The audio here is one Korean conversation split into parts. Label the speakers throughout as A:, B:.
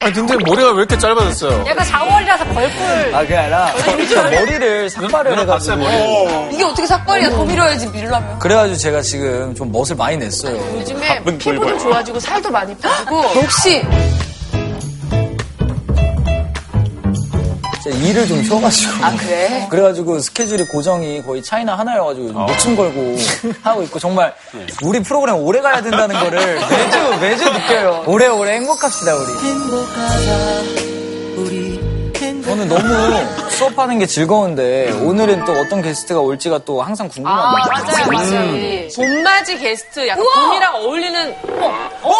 A: 아니, 근데 머리가 왜 이렇게 짧아졌어요?
B: 약간 4월이라서 벌꿀.
C: 아, 그게 아니라 진짜 머리를 삭발을
A: 누나 봤어요,
C: 해가지고.
A: 머리?
B: 이게 어떻게 삭발이야? 더 밀어야지 밀라면.
C: 그래가지고 제가 지금 좀 멋을 많이 냈어요.
D: 요즘에 피부도 좋아지고 살도 많이 빠지고
B: 역시
C: 진짜 일을 좀 쉬어가지고.
B: 아 그래.
C: 그래가지고 아. 스케줄이 고정이 거의 차이나 하나여가지고 요즘 목숨 걸고 하고 있고 정말 우리 프로그램 오래 가야 된다는 거를 네. 매주 매주 느껴요. 오래오래 행복합시다 우리. 저는 너무 수업하는 게 즐거운데 오늘은 또 어떤 게스트가 올지가 또 항상
D: 아
C: 궁금합니다. 음.
D: 맞아요 맞아요 봄맞이 게스트 약간 봄이랑 어울리는 어,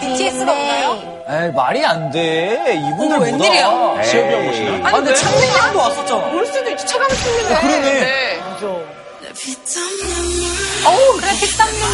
B: BTS가
C: 네.
B: 없나요?
C: 에이, 말이 안 돼. 이분들
B: 웬일이야?
A: 시혁이 형 모시나요?
C: 아 근데 창민이 형도 왔었잖아.
D: 올 수도 있지 체감 충분해
C: 아, 그러네.
B: 어우 그래 빗땀 눈물.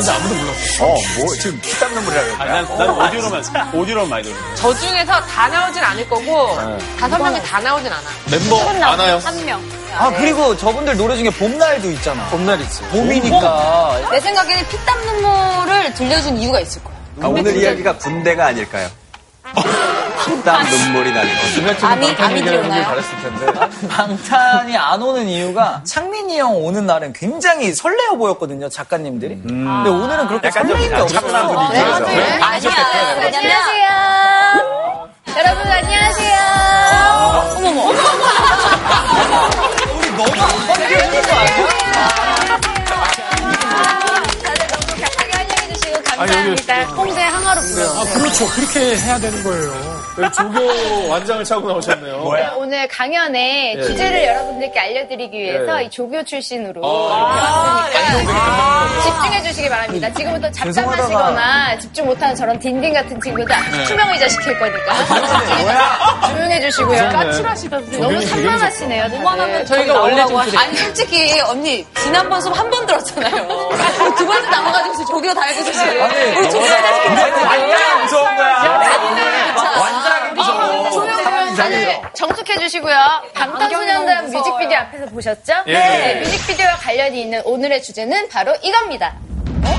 A: 어, 뭐, 지금 피땀 눈물이라고. 아, 난, 난
E: 어.
A: 오디오로만, 오디오로만 많이 들어.
D: 저 중에서 다 나오진 않을 거고
C: 네.
D: 다섯 명이 다 나오진 않아
A: 멤버 안 와요?
B: 한 명.
C: 아 그리고 저분들 노래 중에 봄날도 있잖아.
A: 봄날 있지.
C: 봄이니까
B: 내 생각에는 핏땀 눈물을 들려준 이유가 있을 거야.
C: 아,
F: 오늘 이야기가 군대가 아닐까요? 땀 눈물이 나는 거.
B: 아미 아미 들어나요?
C: 방탄이 안 오는 이유가 창민이 형 오는 날은 굉장히 설레어 보였거든요 작가님들이. 근데 오늘은 그렇게 네, 설레는 게
F: 착한
C: 없었어.
F: 분위기. 그래서.
E: 네?
B: 아니야. 안녕하세요. 여러분 안녕하세요. 어머머.
C: 우리 너무 안번되는 거 아니야?
B: 다들 너무 격하게 환영해 주시고 감사합니다. 홍대 항아로 불러.
G: 그렇죠. 그렇게 해야 되는 거예요.
A: 조교 완장을 차고 나오셨네요. 뭐야?
H: 오늘 강연의
B: 네.
H: 주제를 여러분들께 알려드리기 위해서 이 조교 출신으로
B: 아, 네.
H: 왔으니까 집중해 주시기 바랍니다. 지금부터 잡담하시거나 집중 못하는 저런 딘딘 같은
B: 네.
H: 친구들 투명 의자 시킬 거니까
B: 아,
H: 조용해 주시고요.
D: 출하시던데
H: 너무 산만하시네요. 다들.
D: 저희가 원래 좀 그래요
B: 아니 솔직히 언니 지난번 수업 한 번 들었잖아요. 우리 두 번째 나와가지고 조교 다 해주시고 우리 조교 다 시키고
C: 무서운 거야. 아,
B: 완전
A: 어,
H: 다들 정숙해 주시고요. 방탄소년단 뮤직비디오 앞에서 보셨죠?
A: 예,
H: 네. 뮤직비디오와 관련이 있는 오늘의 주제는 바로 이겁니다.
A: 어?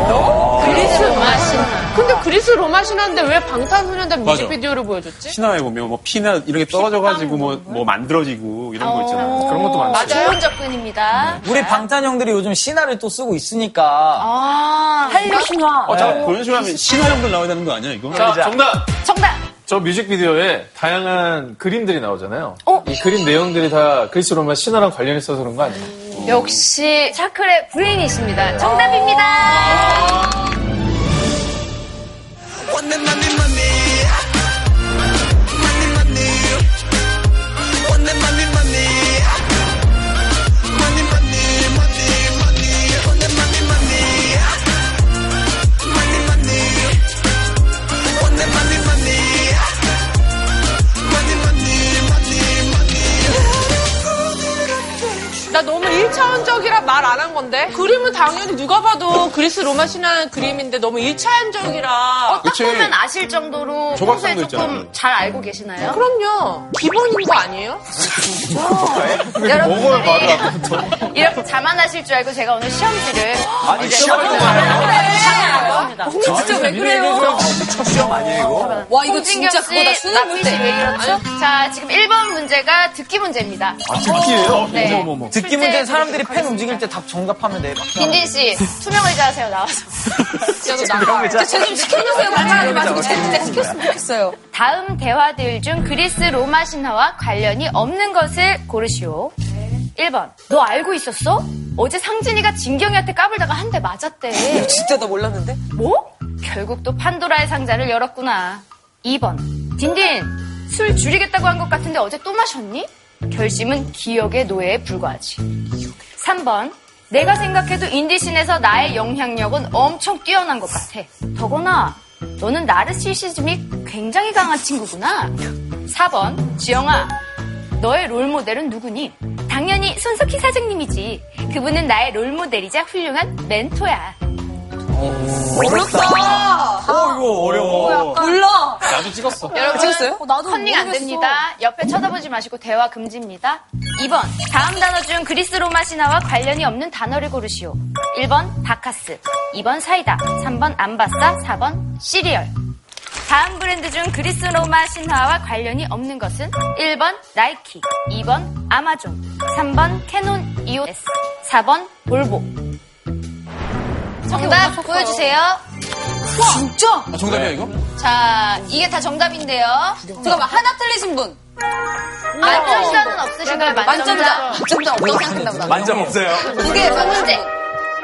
H: 어? 그리스 로마 신화.
D: 근데 그리스 로마 신화인데 왜 방탄소년단 뮤직비디오를 보여줬지?
A: 신화에 보면 뭐 피나 이런 게 떨어져가지고 뭐, 뭐 만들어지고 이런 거 있잖아요. 그런 것도 많죠.
H: 좋은 접근입니다.
C: 우리 방탄 형들이 요즘 신화를 또 쓰고
A: 아.
C: 있으니까
B: 아,
H: 아.
B: 한류 신화.
A: 어, 잠깐,
C: 네.
A: 그런 식으로 하면 신화 형들 나와야 되는 거 아니야, 이거? 자, 정답!
H: 정답.
E: 저 뮤직비디오에 다양한 그림들이 나오잖아요. 이 그림 내용들이 다 그리스 로마 신화랑 관련 있어서 그런 거 아니에요?
H: 역시 차클의 브레인이십니다. 정답입니다.
D: 나 너무 1차원적이라 말 안 한 건데 그림은 당연히 누가 봐도 그리스 로마 신화 그림인데 너무 1차원적이라
H: 딱 보면 아실 정도로 평소에
A: 조각상도
H: 조금
A: 있잖아요.
H: 잘 알고 계시나요?
D: 그럼요 기본인 거 아니에요?
H: 여러분들이 이렇게 자만하실 줄 알고 제가 오늘 시험지를
F: 아니, 시험인 거 아니야?
D: 언니 진짜 왜 그래요?
F: 시험 아니에요, 이거?
B: 와 이거 진짜 그거다
H: 납치 씨,
B: 수능
H: 왜
B: 문제. 네.
H: 그렇죠? 자 지금 1번 문제가 듣기 문제입니다.
A: 신기해요.
H: 네.
C: 듣기 문제는 사람들이 팬 움직일 때 답 정답하면 돼.
H: 빈진 씨 투명 의자 하세요 나와서.
B: 제좀 시켜주세요. 말하지 마시고 제 진짜 시켰으면 좋겠어요.
H: 다음 대화들 중 그리스 로마 신화와 관련이 없는 것을 고르시오.
B: 네.
H: 1번. 너 알고 있었어? 어제 상진이가 진경이한테 까불다가 한 대 맞았대.
B: 진짜 나 몰랐는데.
H: 뭐? 결국 또 판도라의 상자를 열었구나. 2번. 딘딘, 술 줄이겠다고 한 것 같은데 어제 또 마셨니? 결심은 기억의 노예에 불과하지. 3번. 내가 생각해도 인디신에서 나의 영향력은 엄청 뛰어난 것 같아. 더구나, 너는 나르시시즘이 굉장히 강한 친구구나. 4번. 지영아, 너의 롤모델은 누구니? 당연히 손석희 사장님이지. 그분은 나의 롤모델이자 훌륭한 멘토야.
B: 몰라.
A: 나도 찍었어.
H: 여러분
B: 찍었어요? 어, 나도
H: 컨닝 안
B: 모르겠어.
H: 됩니다. 옆에 쳐다보지 마시고 대화 금지입니다. 2번 다음 단어 중 그리스 로마 신화와 관련이 없는 단어를 고르시오. 1번 바카스, 2번 사이다, 3번 암바싸, 4번 시리얼. 다음 브랜드 중 그리스 로마 신화와 관련이 없는 것은 1번 나이키, 2번 아마존, 3번 캐논 EOS, 4번 볼보.
B: 아,
H: 정답 보여주세요.
B: 진짜?
C: 아,
A: 정답이야,
C: 네.
A: 이거?
H: 자, 이게 다 정답인데요.
B: 잠깐만, 하나 틀리신 분.
H: 만점자는 없으신가요?
B: 음. 어. 만점자. 만점자 없다고 생각한다.
F: 만점 없어요.
H: 네. 문제.
B: 두개 맞는데.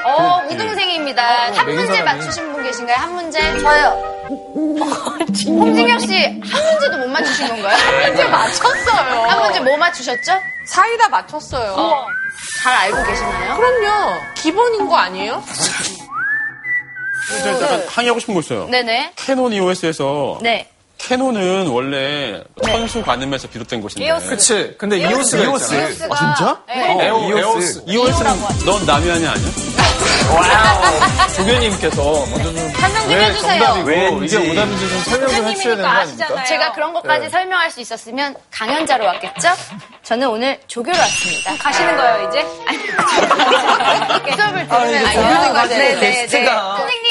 H: 어, 우등생입니다. 한
E: 매긴
H: 문제
E: 사람이.
H: 맞추신 분 계신가요? 한 문제? 저요. 홍진경 씨 한 문제도 못 맞추신 건가요?
D: 문제 맞췄어요.
H: 한 문제 뭐 맞추셨죠?
D: 사이다 맞췄어요.
H: 잘 알고 계시나요?
D: 그럼요. 기본인 거 아니에요?
A: 저 잠깐 항의하고 싶은 거 있어요.
H: 네네.
A: 캐논 EOS에서
H: 네.
A: 캐논은 원래 선수 관음에서 비롯된 곳인데.
E: 그치. 근데 이오스가 어,
F: 이오스.
E: 있잖아.
F: 아, 진짜?
E: 에오,
F: 이오스.
E: 에오스.
A: EOS는 E 넌 남이안이 아니야?
E: 조교님께서 먼저 좀.
H: 설명 좀
E: 왜
H: 해주세요.
E: 정답이고
F: 왠지.
E: 이게 오답인지 좀 설명 좀 해주셔야 되는 거 아닙니까?
H: 제가 그런 것까지
E: 네.
H: 설명할 수 있었으면 강연자로 왔겠죠? 저는 오늘 조교로 왔습니다. 가시는 거예요, 이제? 아니, 수업을 들으면
C: 이게
H: 알려는
C: 맞아요.
H: 거죠. 네, 네, 네.
C: 게스트가.
H: 선생님,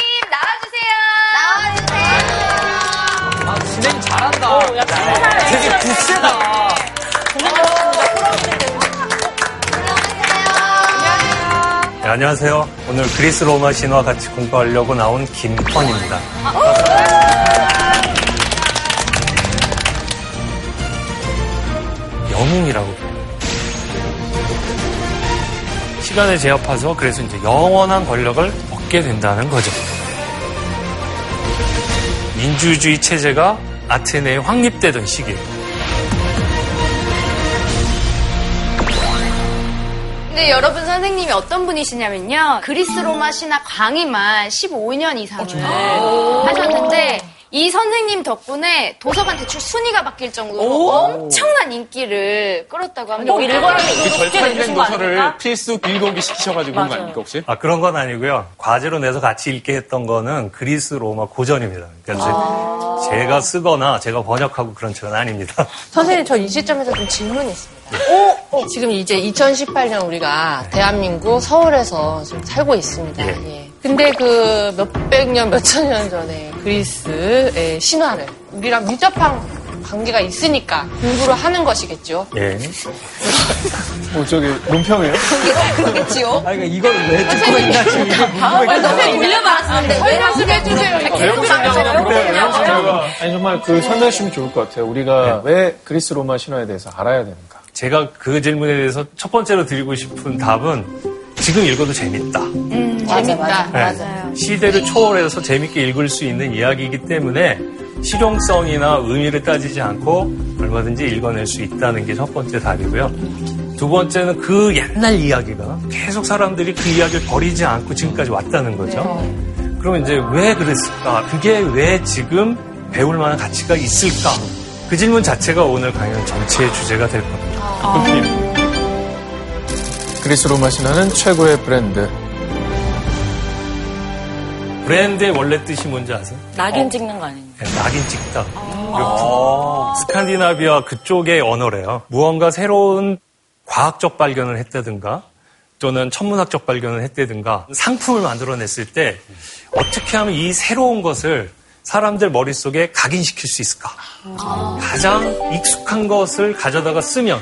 H: 나와주세요. 나와주세요.
C: 아, 진행 잘한다. 되게 구세다.
I: 네, 안녕하세요. 오늘 그리스 로마 신화 같이 공부하려고 나온 김헌입니다. 영웅이라고 불려요. 시간을 제압해서 그래서 이제 영원한 권력을 얻게 된다는 거죠. 민주주의 체제가 아테네에 확립되던 시기예요.
H: 근데 여러분 선생님이 어떤 분이시냐면요. 그리스 로마 신학 강의만 15년 이상을 하셨는데 이 선생님 덕분에 도서관 대출 순위가 바뀔 정도로 엄청난 인기를 끌었다고 합니다.
A: 그 절판된 도서를 필수 읽어오기 시키셔가지고 그런 거 아닙니까, 혹시?
I: 아, 그런 건 아니고요. 과제로 내서 같이 읽게 했던 거는 그리스 로마 고전입니다. 그러니까 제- 제가 쓰거나 제가 번역하고 그런 책은 아닙니다.
D: 선생님, 저 이 시점에서 좀 질문이 있습니다. 지금 이제 2018년 우리가 대한민국 서울에서 지금 살고 있습니다.
C: 네.
I: 예.
D: 예. 근데 그 몇백 년, 몇천 년 전에 그리스의 신화를 우리랑 밀접한 관계가 있으니까 공부를 하는 것이겠죠.
I: 예.
E: 뭐 저기 논평이에요?
B: 그러겠지요?
C: 아, 그러니까 이걸 왜 듣고
D: 선생님, 아,
C: 있나 지금 이게 궁금했거든요.
B: 선생님 밀려받았었는데.
D: 왜 말씀해주세요.
C: 아, 네,
E: 내용 설명이랑 제가 네, 아니 정말 그 설명하시면 좋을 것 같아요. 우리가 왜 그리스 로마 신화에 대해서 알아야 되는가?
I: 제가 그 질문에 대해서 첫 번째로 드리고 싶은 답은 지금 읽어도 재밌다.
D: 재밌다.
I: 네. 시대를 초월해서 재밌게 읽을 수 있는 이야기이기 때문에 실용성이나 의미를 따지지 않고 얼마든지 읽어낼 수 있다는 게 첫 번째 답이고요. 두 번째는 그 옛날 이야기가 계속 사람들이 그 이야기를 버리지 않고 지금까지 왔다는 거죠. 그럼 이제 왜 그랬을까? 그게 왜 지금 배울 만한 가치가 있을까? 그 질문 자체가 오늘 강연 전체의 주제가 될 겁니다.
E: 그리스 로마 신화는 최고의 브랜드.
I: 브랜드의 원래 뜻이 뭔지 아세요?
B: 낙인 찍는 거 아니에요? 아.
I: 네, 낙인 찍다. 이렇게. 스칸디나비아 그쪽의 언어래요. 무언가 새로운 과학적 발견을 했다든가 또는 천문학적 발견을 했다든가 상품을 만들어냈을 때 어떻게 하면 이 새로운 것을 사람들 머릿속에 각인시킬 수 있을까? 가장 익숙한 것을 가져다가 쓰면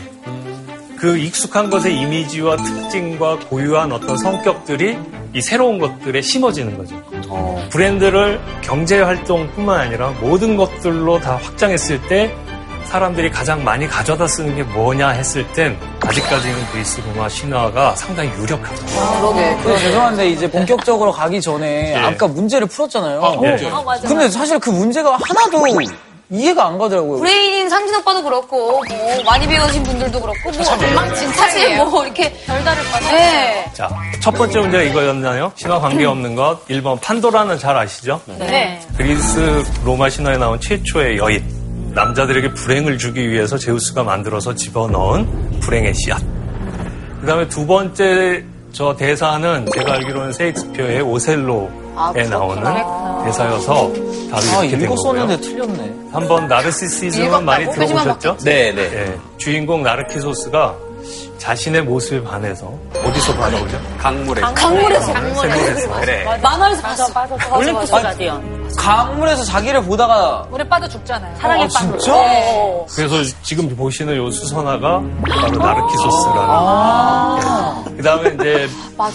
I: 그 익숙한 것의 이미지와 특징과 고유한 어떤 성격들이 이 새로운 것들에 심어지는 거죠. 브랜드를 경제 활동뿐만 아니라 모든 것들로 다 확장했을 때 사람들이 가장 많이 가져다 쓰는 게 뭐냐 했을 땐 아직까지는 그리스 로마 신화가 상당히 유력하다.
C: 그러게. 그럼 죄송한데 이제 본격적으로 가기 전에 아까 문제를 네. 풀었잖아요.
F: 어,
A: 어,
F: 네.
C: 네.
I: 예.
C: 근데 사실 그 문제가 하나도 이해가 안 가더라고요.
B: 브레인인 상진 오빠도 그렇고, 뭐, 많이 배우신 분들도 그렇고, 뭐,
I: 네.
B: 엉망진 사실 뭐, 이렇게. 별다를 봐서. 네.
I: 자, 첫 번째 문제가 이거였나요? 신화 관계없는 것. 1번 판도라는 잘 아시죠?
B: 네.
I: 그리스 로마 신화에 나온 최초의 여인. 남자들에게 불행을 주기 위해서 제우스가 만들어서 집어넣은 불행의 씨앗. 그 다음에 두 번째 저 대사는 제가 알기로는 세익스피어의 오셀로에 나오는 대사여서 답이
C: 아,
I: 이렇게 된 거고요.
C: 읽었었는데 틀렸네.
I: 한번 나르시시즘은 많이 들어보셨죠?
F: 네, 네.
I: 예, 주인공 나르키소스가 자신의 모습에 반해서 어디 어디서 많이 오죠?
F: 강물에서.
B: 강물에서.
I: 강물에서. 그래.
B: 만화에서 봤어. 올림픽
C: 강물에서 자기를 보다가
B: 물에 빠져 죽잖아요.
C: 아 진짜?
D: 네.
I: 그래서 지금 보시는 요 수선화가 바로 나르키소스라는.
C: 아.
B: 아.
I: 그 다음에 이제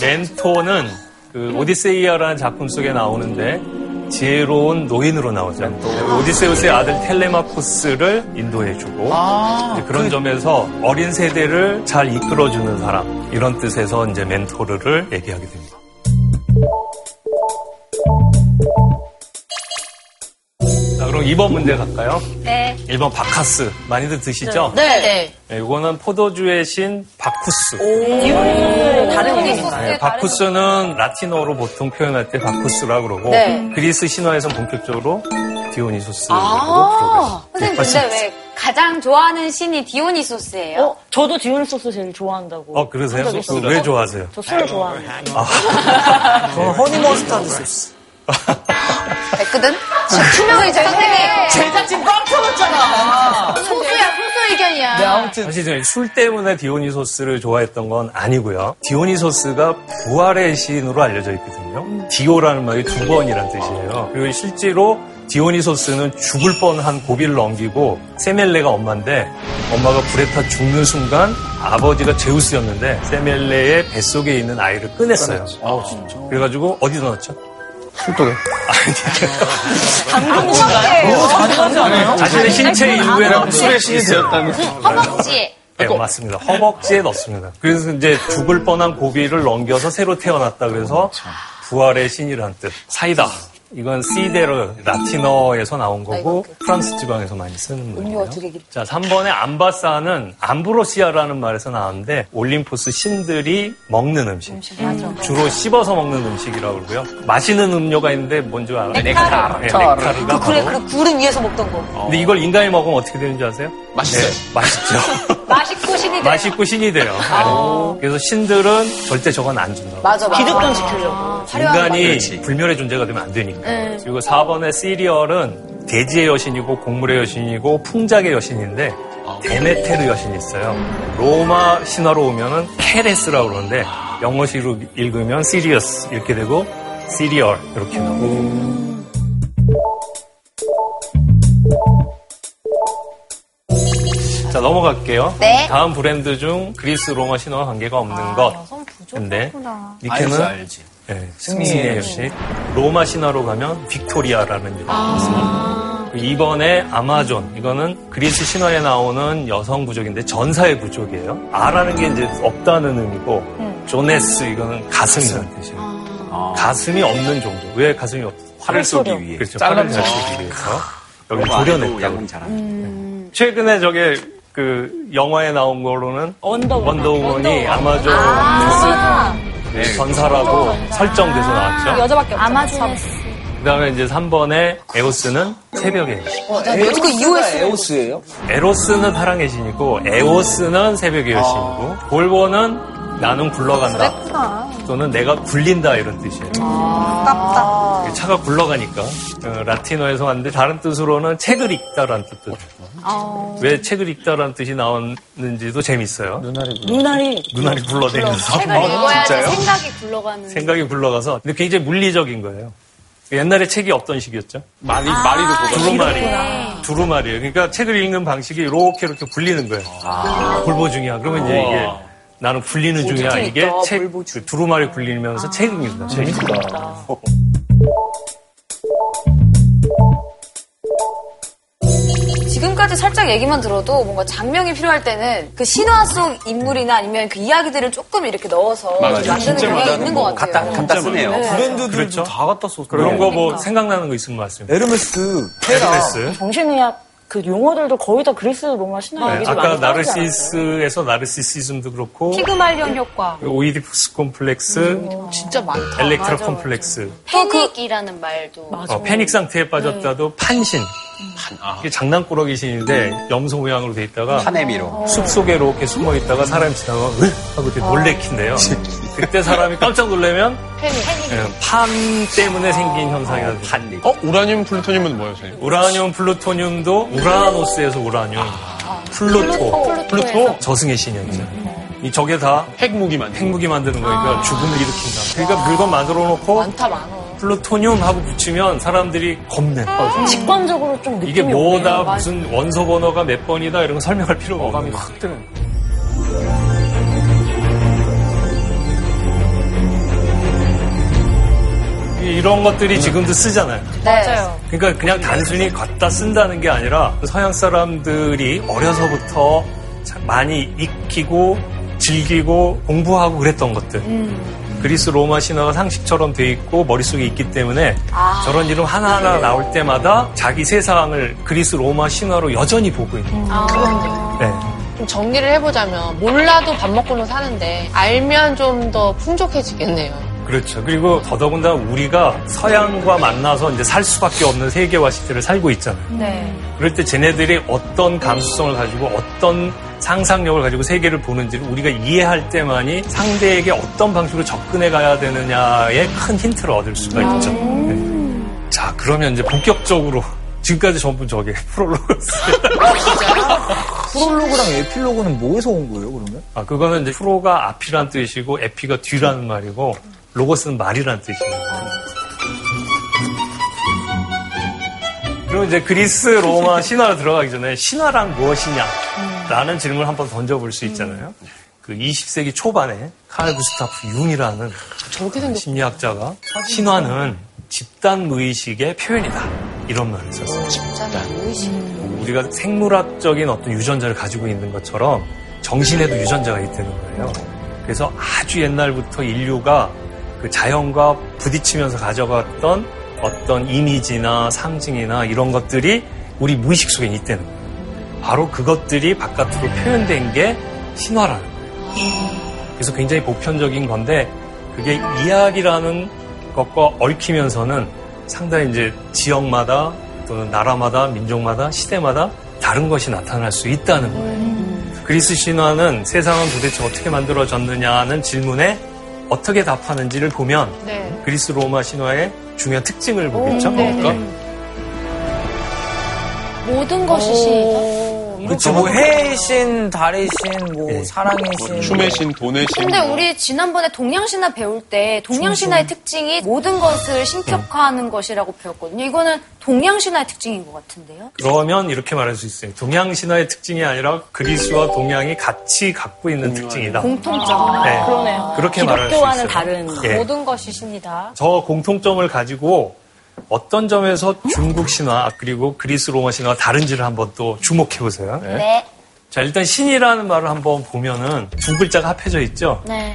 I: 멘토는 그 오디세이아라는 작품 속에 나오는데 지혜로운 노인으로 나오죠. 오디세우스의 아들 텔레마코스를 인도해주고
C: 아.
I: 이제 그런 점에서 어린 세대를 잘 이끌어주는 사람 이런 뜻에서 이제 멘토르를 얘기하게 됩니다. 자, 그럼 2번 문제 갈까요?
H: 네.
I: 1번 바카스 많이들 드시죠?
B: 네.
I: 네, 이거는 포도주의 신 바쿠스.
B: 다른 의미인가요?
I: 네, 바쿠스는 라틴어로 보통 표현할 때 바쿠스라고 그러고
B: 네.
I: 그리스 신화에선 본격적으로 네, 디오니소스라고
B: 아.
I: 부르고
H: 선생님 근데 왜 가장 좋아하는 신이 디오니소스예요?
J: 어, 저도 디오니소스 제일 좋아한다고.
I: 어 그러세요?
J: 한 적이 있어요.
I: 왜 좋아하세요?
J: 저 술을 좋아해요.
C: 저는 허니 머스타드 소스.
B: 했거든? 투명이
H: 선생님.
B: 제가 지금 꽝 터졌잖아.
H: 소수야, 소수 의견이야.
C: 네 아무튼
I: 사실 저는 술 때문에 디오니소스를 좋아했던 건 아니고요. 디오니소스가 부활의 신으로 알려져 있거든요. 디오라는 말이 두 번이란 뜻이에요. 그리고 실제로 디오니소스는 죽을 뻔한 고비를 넘기고 세멜레가 엄마인데 엄마가 불에 타 죽는 순간 아버지가 제우스였는데 세멜레의 뱃속에 있는 아이를 꺼냈어요.
A: 아 진짜.
I: 그래가지고 어디다 넣었죠?
C: 너무 잔인하지 않아요?
I: 자신의 신체 이후에 나온
A: 술의 신이 되었다는.
H: 허벅지.
I: 네, 맞습니다. 허벅지에 넣습니다. 그래서 이제 죽을 뻔한 고비를 넘겨서 새로 태어났다 그래서 부활의 신이란 뜻. 사이다. 이건 시데르 라틴어에서 나온 거고 그 프랑스 지방에서 많이 쓰는 거예요. 자, 3번에 암바사는 암브로시아라는 말에서 나왔는데 올림포스 신들이 먹는 음식. 주로 씹어서 먹는 음식이라고 그러고요. 마시는 음료가 있는데 뭔지 알아요? 넥타르. 네, 넥타르가
B: 그래,
I: 바로.
B: 그 구름 위에서 먹던 거.
I: 어. 근데 이걸 인간이 먹으면 어떻게 되는지 아세요?
A: 맛있어요.
I: 네, 맛있죠.
B: 맛있고 신이 아. 돼.
I: 맛있고 신이 돼요. 네. 그래서 신들은 절대 저건 안 준다고.
B: 맞아, 맞아.
J: 기득권 지키려고.
I: 인간이 불멸의 존재가 되면 안 되니까. 그리고 4번의 시리얼은 대지의 여신이고 곡물의 여신이고 풍작의 여신인데 데메테르 여신이 있어요. 로마 신화로 오면은 케레스라고 그러는데 영어식으로 읽으면 시리어스 이렇게 되고 시리얼 이렇게 나오고 자 넘어갈게요.
H: 네.
I: 다음 브랜드 중 그리스 로마 신화와 관계가 없는 것. 근데
A: 알지
I: 니케는
A: 알지.
I: 네, 승리의 여신. 로마 신화로 가면 빅토리아라는 여신이 있습니다. 그리고 이번에 아마존. 이거는 그리스 신화에 나오는 여성 부족인데 전사의 부족이에요. 아라는 게 이제 없다는 의미고, 조네스 아. 이거는 가슴이라는 뜻이에요. 가슴이 없는 종족. 왜 가슴이 없?
F: 화를 쏘기 위해.
I: 그렇죠.
A: 잘라내서.
I: 화를 쏘기 위해서 여기
F: 그거 아니고
I: 도려냈다.
F: 야구 잘하는.
I: 음. 네. 최근에 저게 그 영화에 나온 거로는
J: 원더우먼.
I: 원더우먼이 아마존 네, 전사라고 설정돼서 나왔죠.
B: 여자밖에 없어.
H: 아마존에서.
I: 그다음에 이제 3번에 에오스는 새벽의 여신.
B: 그거 이후에
C: 에오스예요?
I: 에로스는 사랑의 신이고 에오스는 새벽의 여신이고 골보는 나는 굴러간다 또는 내가 굴린다 이런 뜻이에요.
B: 음,
I: 아깝다. 차가 굴러가니까 어, 라틴어에서 왔는데 다른 뜻으로는 책을 읽다라는 뜻도 있고
B: 어.
I: 왜 책을 읽다라는 뜻이 나왔는지도 재밌어요.
J: 눈알이
I: 눈알이 굴러대면서
H: 책을 읽어야지 생각이 굴러가는.
I: 생각이 굴러가서 근데 굉장히 물리적인 거예요. 옛날에 책이 없던 시기였죠. 아,
A: 말이 말이도 보고.
I: 두루마리. 두루마리예요. 그러니까 책을 읽는 방식이 이렇게 이렇게 굴리는 거예요. 골보 중이야. 그러면 이제 이게 나는 굴리는 중이야. 이게 책그 두루마리 굴리면서 책 읽는다. 재밌다.
B: 지금까지 살짝 얘기만 들어도 뭔가 장면이 필요할 때는 그 신화 속 인물이나 아니면 그 이야기들을 조금 이렇게 넣어서
A: 맞아요.
B: 이렇게 만드는
A: 진짜
B: 경향이
A: 많다는
B: 있는 것
F: 갖다,
B: 같아요.
F: 갖다 쓰네요.
C: 브랜드들도
I: 그렇죠.
C: 다 갖다 네. 썼어.
I: 그런 거 뭐 생각나는 거 있으면 말씀.
C: 에르메스, 테라.
I: 에르메스.
J: 정신의학 그 용어들도 거의 다 그리스 로마 신화
I: 네,
J: 얘기도 많이
I: 아까
J: 하지
I: 나르시스에서 나르시시즘도 그렇고
H: 피그말리온 효과.
I: 오이디푸스 콤플렉스,
B: 진짜 많다.
I: 엘렉트라 콤플렉스,
H: 그 패닉이라는 말도.
I: 어, 패닉 상태에 빠졌다도 판신. 아. 이게 장난꾸러기 신인데 염소 모양으로 돼 있다가
F: 카네미로.
I: 숲 속에 이렇게 숨어 있다가 사람이 지나가면 으! 하고 이렇게 놀래킨대요. 그때 사람이 깜짝 놀라면 예, 판 때문에 생긴 현상이라는
F: 한리.
A: 어 우라늄 플루토늄은 뭐예요, 선생님?
I: 우라늄 플루토늄도 우라노스에서 우라늄, 플루토,
H: 플루토.
I: 저승의 신이었죠. 이 저게 다 핵무기 만드는, 핵무기 만드는 거니까
D: 아.
I: 죽음을 일으킨다. 그러니까 물건 만들어 놓고
D: 많다 많어.
I: 플루토늄하고 붙이면 사람들이 겁내.
J: 직관적으로 좀 느낌이
I: 이게 뭐다,
J: 오네요.
I: 무슨 원소 번호가 몇 번이다 이런 거 설명할 필요가 없는 거확 드는. 이런 것들이 지금도 쓰잖아요.
D: 맞아요.
I: 그러니까 그냥 단순히 갖다 쓴다는 게 아니라 서양 사람들이 어려서부터 참 많이 익히고 즐기고 공부하고 그랬던 것들.
J: 음.
I: 그리스 로마 신화가 상식처럼 돼 있고 머릿속에 있기 때문에
K: 아.
I: 저런 이름 하나하나 나올 때마다 자기 세상을 그리스 로마 신화로 여전히 보고 있는.
J: 음.
D: 그런데
I: 네.
D: 좀 정리를 해보자면 몰라도 밥 먹고는 사는데 알면 좀 더 풍족해지겠네요.
I: 그렇죠. 그리고 더더군다나 우리가 서양과 만나서 이제 살 수밖에 없는 세계화 시대를 살고 있잖아요.
D: 네.
I: 그럴 때 쟤네들이 어떤 감수성을 가지고 어떤 상상력을 가지고 세계를 보는지를 우리가 이해할 때만이 상대에게 어떤 방식으로 접근해 가야 되느냐에 큰 힌트를 얻을 수가 있죠. 네. 자, 그러면 이제 본격적으로 지금까지 전부 저게 프롤로그였어요.
C: 프롤로그랑 에필로그는 뭐에서 온 거예요, 그러면?
I: 아, 그거는 이제 프로가 앞이란 뜻이고 에피가 뒤라는 말이고 로고스는 말이란 뜻이에요. 그리고 이제 그리스 로마 신화로 들어가기 전에 신화란 무엇이냐라는 질문을 한번 던져볼 수 있잖아요. 그 20세기 초반에 칼 구스타프 융이라는 심리학자가 신화는 집단 무의식의 표현이다 이런 말을 썼어요. 우리가 생물학적인 어떤 유전자를 가지고 있는 것처럼 정신에도 유전자가 있다는 거예요. 그래서 아주 옛날부터 인류가 그 자연과 부딪히면서 가져갔던 어떤 이미지나 상징이나 이런 것들이 우리 무의식 속에 있다는 거예요. 바로 그것들이 바깥으로 표현된 게 신화라는 거예요. 그래서 굉장히 보편적인 건데 그게 이야기라는 것과 얽히면서는 상당히 이제 지역마다 또는 나라마다 민족마다 시대마다 다른 것이 나타날 수 있다는 거예요.
D: 음.
I: 그리스 신화는 세상은 도대체 어떻게 만들어졌느냐는 질문에 어떻게 답하는지를 보면
D: 네.
I: 그리스 로마 신화의 중요한 특징을 보겠죠.
D: 네, 네.
I: 그러니까
H: 모든 것이
B: 음.
H: 시이다.
C: 그쵸, 뭐 해의 신, 달의 신, 뭐 사랑의 신.
A: 춤의 신, 돈의 신.
H: 근데 우리 지난번에 동양신화 배울 때 동양신화의 특징이 모든 것을 신격화하는 것이라고 배웠거든요. 이거는 동양신화의 특징인 것 같은데요.
I: 그러면 이렇게 말할 수 있어요. 동양 신화의 특징이 아니라 그리스와 동양이 같이 갖고 있는 특징이다.
J: 공통점.
I: 네.
J: 그러네요.
I: 그렇게 말할 수
J: 기독교와는
I: 있어요.
J: 다른 그
I: 예.
J: 모든 것이 신이다.
I: 저 공통점을 가지고 어떤 점에서 중국 신화 그리고 그리스 로마 신화가 다른지를 한번 또 주목해 보세요.
H: 네.
I: 자 일단 신이라는 말을 한번 보면은 두 글자가 합해져 있죠.
H: 네.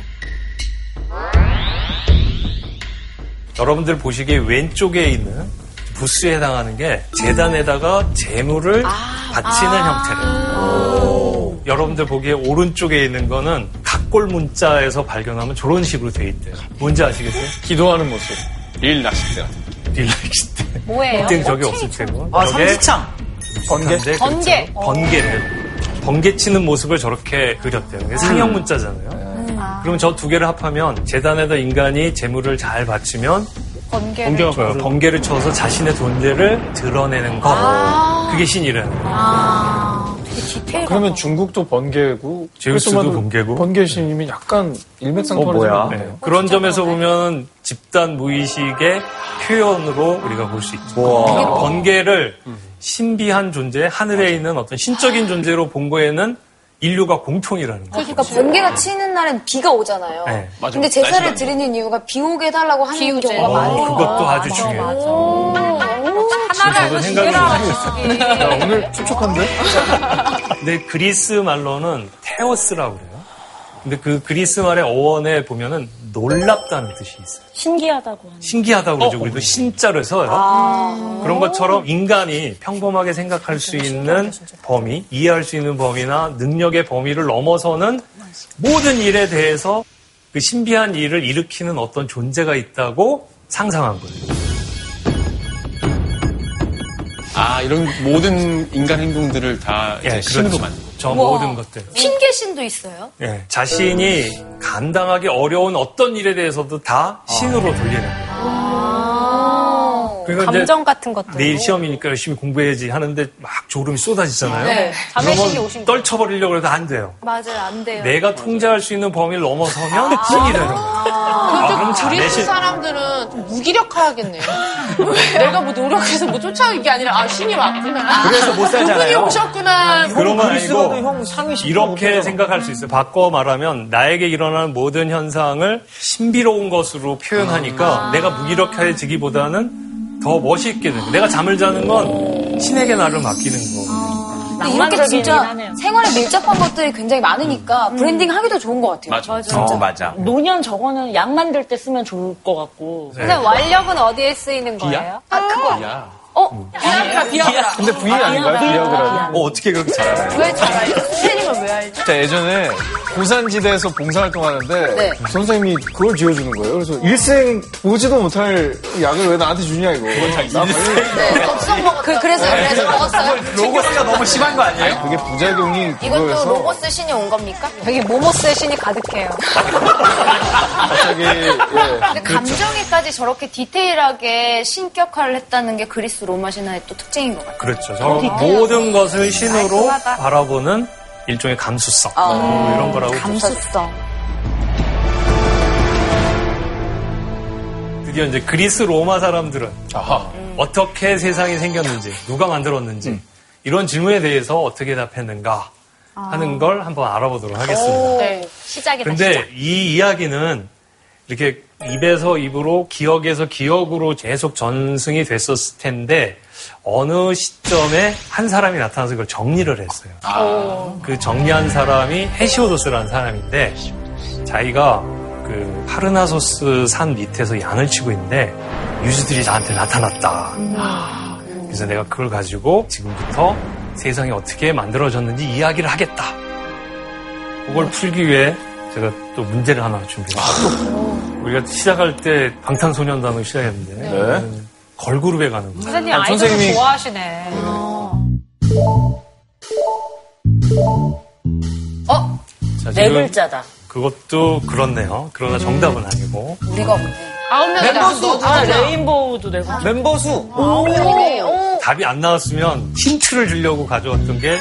I: 여러분들 보시기에 왼쪽에 있는 부스에 해당하는 게 재단에다가 재물을
H: 아,
I: 바치는 형태를. 여러분들 보기에 오른쪽에 있는 거는 각골 문자에서 발견하면 저런 식으로 돼 있대요. 뭔지 아시겠어요? 기도하는 모습. 릴 낚싯대. 릴 낚싯대.
J: 뭐예요? 어,
I: 그때는 저게 없을 테고.
C: 아,
I: 저게
C: 삼지창.
I: 번개.
E: 네.
J: 번개. 어.
I: 번개를. 번개 치는 모습을 저렇게 그렸대요. 이게
C: 음.
I: 상형 문자잖아요.
C: 네.
J: 음.
I: 그럼 저 두 개를 합하면 재단에다 인간이 재물을 잘 바치면
J: 번개를.
I: 번개가 뭐예요? 번개를 쳐서 자신의 존재를 드러내는 것. 그게 신이라는 거예요.
J: 아, 되게 디테일.
E: 그러면 중국도 번개고
I: 제우스도
E: 크리스마도
I: 번개고.
E: 번개 신님이 약간 일맥상통하는 어,
I: 네. 그런 점에서 보면 집단 무의식의 표현으로 우리가 볼 수 있죠.
E: 우와. 음.
I: 이게 번개를 신비한 존재, 하늘에 있는 어떤 신적인 존재로 본 거에는 인류가 공통이라는 거예요.
B: 그러니까 번개가 치는 날엔 비가 오잖아요.
I: 네. 맞아요.
B: 근데 제사를
I: 날씨가
B: 드리는 이유가 비 오게 해달라고 하는 경우가
I: 어,
B: 많아요.
I: 그것도 아주 중요해요.
B: 하나를
I: 저도 생각을 좀 해보고
E: 네.
I: 있어요. 야, 오늘 촉촉한데? 근데 그리스 말로는 테오스라고 그래요. 근데 그 그리스 말의 어원에 보면은 놀랍다는 뜻이 있어요.
J: 신기하다고 하는. 아.
I: 신기하다고 그러죠.
A: 어,
I: 우리도
A: 네.
I: 신자로 해서요. 그런 것처럼 인간이 평범하게 생각할 수 있는 범위, 이해할 수 있는 범위나 능력의 범위를 넘어서는 모든 일에 대해서 그 신비한 일을 일으키는 어떤 존재가 있다고 상상한 거예요.
A: 아, 이런 모든 인간 행동들을 다 이제
I: 예,
A: 신으로
I: 그렇죠.
A: 만든.
I: 저
H: 우와.
I: 모든 것들.
H: 핑계신도 있어요.
I: 예, 자신이 감당하기 어려운 어떤 일에 대해서도 다 신으로 돌리는 거예요.
H: 아.
I: 그러니까 이제
K: 감정 같은 것들.
I: 내일 시험이니까 열심히 공부해야지 하는데 막 졸음이 쏟아지잖아요.
K: 네. 자매식이
I: 그러면
K: 오신 거예요.
I: 떨쳐버리려고 해도 안 돼요.
K: 맞아요, 안 돼요. 아.
I: 내가 통제할 수 있는 범위를 넘어서면 힘이 되는 거예요.
D: 그럼 좀
I: 아, 그럼 자,
D: 그리스
I: 내신-
D: 사람들은 좀 무기력하겠네요. 내가 뭐 노력해서 뭐 쫓아온 게 아니라 아 신이 왔구나.
I: 그래서 못 살잖아요.
D: 그분이 오셨구나.
I: 그런 건 아니고 이렇게 생각할 수 있어요. 바꿔 말하면 나에게 일어나는 모든 현상을 신비로운 것으로 표현하니까 내가 무기력해지기보다는 더 멋있게 되는. 내가 잠을 자는 건 신에게 나를 맡기는 거.
B: 근데 이렇게 진짜 생활에 밀접한 것들이 굉장히 많으니까 브랜딩 하기도 좋은 것 같아요.
F: 어, 맞아.
J: 노년 저거는 약 만들 때 쓰면 좋을 것 같고.
K: 근데 완력은 어디에 쓰이는 거예요?
J: 아, 그거.
K: 어? 비아그라, 비아그라.
E: 근데 V 아닌가요? 비아그라.
F: 어, 어떻게 그렇게 잘 알아요?
K: 왜 잘 알죠? 선생님은 왜 알죠?
E: 진짜 예전에 고산지대에서 봉사활동 하는데
K: 네.
E: 선생님이 그걸 지어주는 거예요. 그래서 일생 보지도 못할 약을 왜 나한테 주냐 이거. 나
H: 네.
B: 걱정 먹었다. 그, 그래서 그래서 먹었어요.
F: 로고스가 너무 심한 거 아니에요?
E: 그게 부작용이
H: 이것도
E: 그거여서
H: 로봇 신이 온 겁니까?
K: 되게 모모스의 신이 가득해요.
E: 갑자기 예,
H: 근데
B: 그렇죠.
H: 감정에까지 저렇게 디테일하게 신격화를 했다는 게 그리스 로마 신화의 또 특징인 것 같아요.
I: 그렇죠. 저
H: 어.
I: 모든 것을 신으로
H: 깔끔하다.
I: 바라보는 일종의 감수성
H: 아.
I: 뭐 이런 거라고
K: 감수성.
I: 드디어 이제 그리스 로마 사람들은 음. 어떻게 세상이 생겼는지 누가 만들었는지 이런 질문에 대해서 어떻게 답했는가 하는 걸 한번 알아보도록 하겠습니다.
K: 네. 시작이다, 시작.
I: 근데 이 이야기는 이렇게 입에서 입으로 기억에서 기억으로 계속 전승이 됐었을 텐데 어느 시점에 한 사람이 나타나서 그걸 정리를 했어요. 그 정리한 사람이 헤시오도스라는 사람인데 자기가 그 파르나소스 산 밑에서 양을 치고 있는데 유즈들이 나한테 나타났다. 그래서 내가 그걸 가지고 지금부터 세상이 어떻게 만들어졌는지 이야기를 하겠다. 그걸 풀기 위해 제가 또 문제를 하나 준비했어요. 우리가 시작할 때 방탄소년단으로 시작했는데
E: 네.
I: 걸그룹에 가는 거예요.
K: 선생님 아이돌
I: 선생님이-
K: 좋아하시네.
J: 어?
I: 자,
J: 네
I: 지금
J: 글자다.
I: 그것도 그렇네요. 그러나
H: 음.
I: 정답은 아니고
B: 우리가 없네.
J: 아홉
D: 명이다.
J: 멤버 수.
D: 너도
J: 아,
D: 하나.
J: 레인보우도 내가.
I: 멤버 수 답이 안 나왔으면 힌트를 주려고 가져왔던 게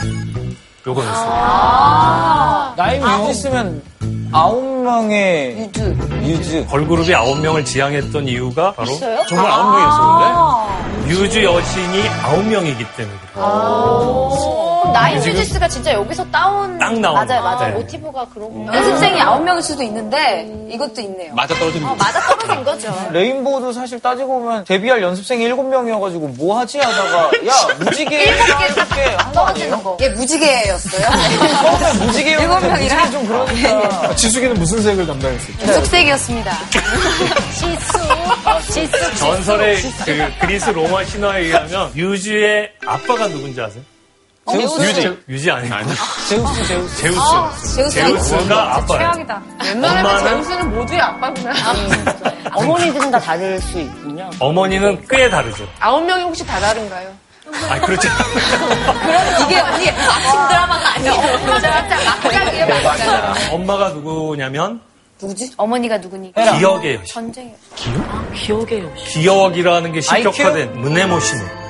I: 요거였어요.
H: 아.
C: 나이 뮤즈 있으면 아홉 명의
B: 유즈.
I: 유즈 걸그룹이 아홉 명을 지향했던 이유가 바로
C: 있어요?
I: 정말 아홉 명이었었는데 유즈 여신이 아홉 명이기 때문에
H: 그럼 나인
I: 지금-
H: 뮤지스가 아, 진짜 여기서 따온
I: 딱 나온
H: 맞아요,
I: 거.
H: 맞아요.
I: 네.
H: 모티브가 그런 거.
B: 연습생이 아홉 명일 수도 있는데 이것도 있네요.
C: 맞아 떨어지는
H: 어, 맞아 떨어진 거죠.
C: 레인보우도 사실 따지고 보면 데뷔할 연습생이 일곱 명이어가지고 뭐 하지 하다가 야 무지개
B: 떨어지는 거. 얘 무지개였어요.
C: 처음에 무지개
B: 일곱 명이랑
C: 좀 그러니까
E: 지숙이는 무슨 색을 담당했을까?
B: 무속색이었습니다. 지수. 지수.
I: 전설의 그 그리스 로마 신화에 의하면 유즈의 아빠가 누군지 아세요?
H: 네.
C: 제우스.
I: 유지 유지 아니에요.
C: 제우스 제우스
I: 제우스.
B: 제우스.
I: 제우스가 아빠예요.
K: 최악이다.
D: 옛날에는
I: 엄마는? 음.
D: 제우스는 모두의 아빠구나.
J: 어머니들은 다 다를 수 있군요.
I: 어머니는 꽤 다르죠.
D: 아홉 명이 혹시 다 다른가요?
I: 아 그렇죠.
B: 이게 언니 아침 드라마가 아니야. 막장이에요, 막장.
I: 엄마가 누구냐면
B: 누구지?
H: 어머니가 누구니?
I: 기억의 여신.
H: 전쟁.
J: 기억의 여신.
I: 기억이라는 게 신격화된 문해모신이에요.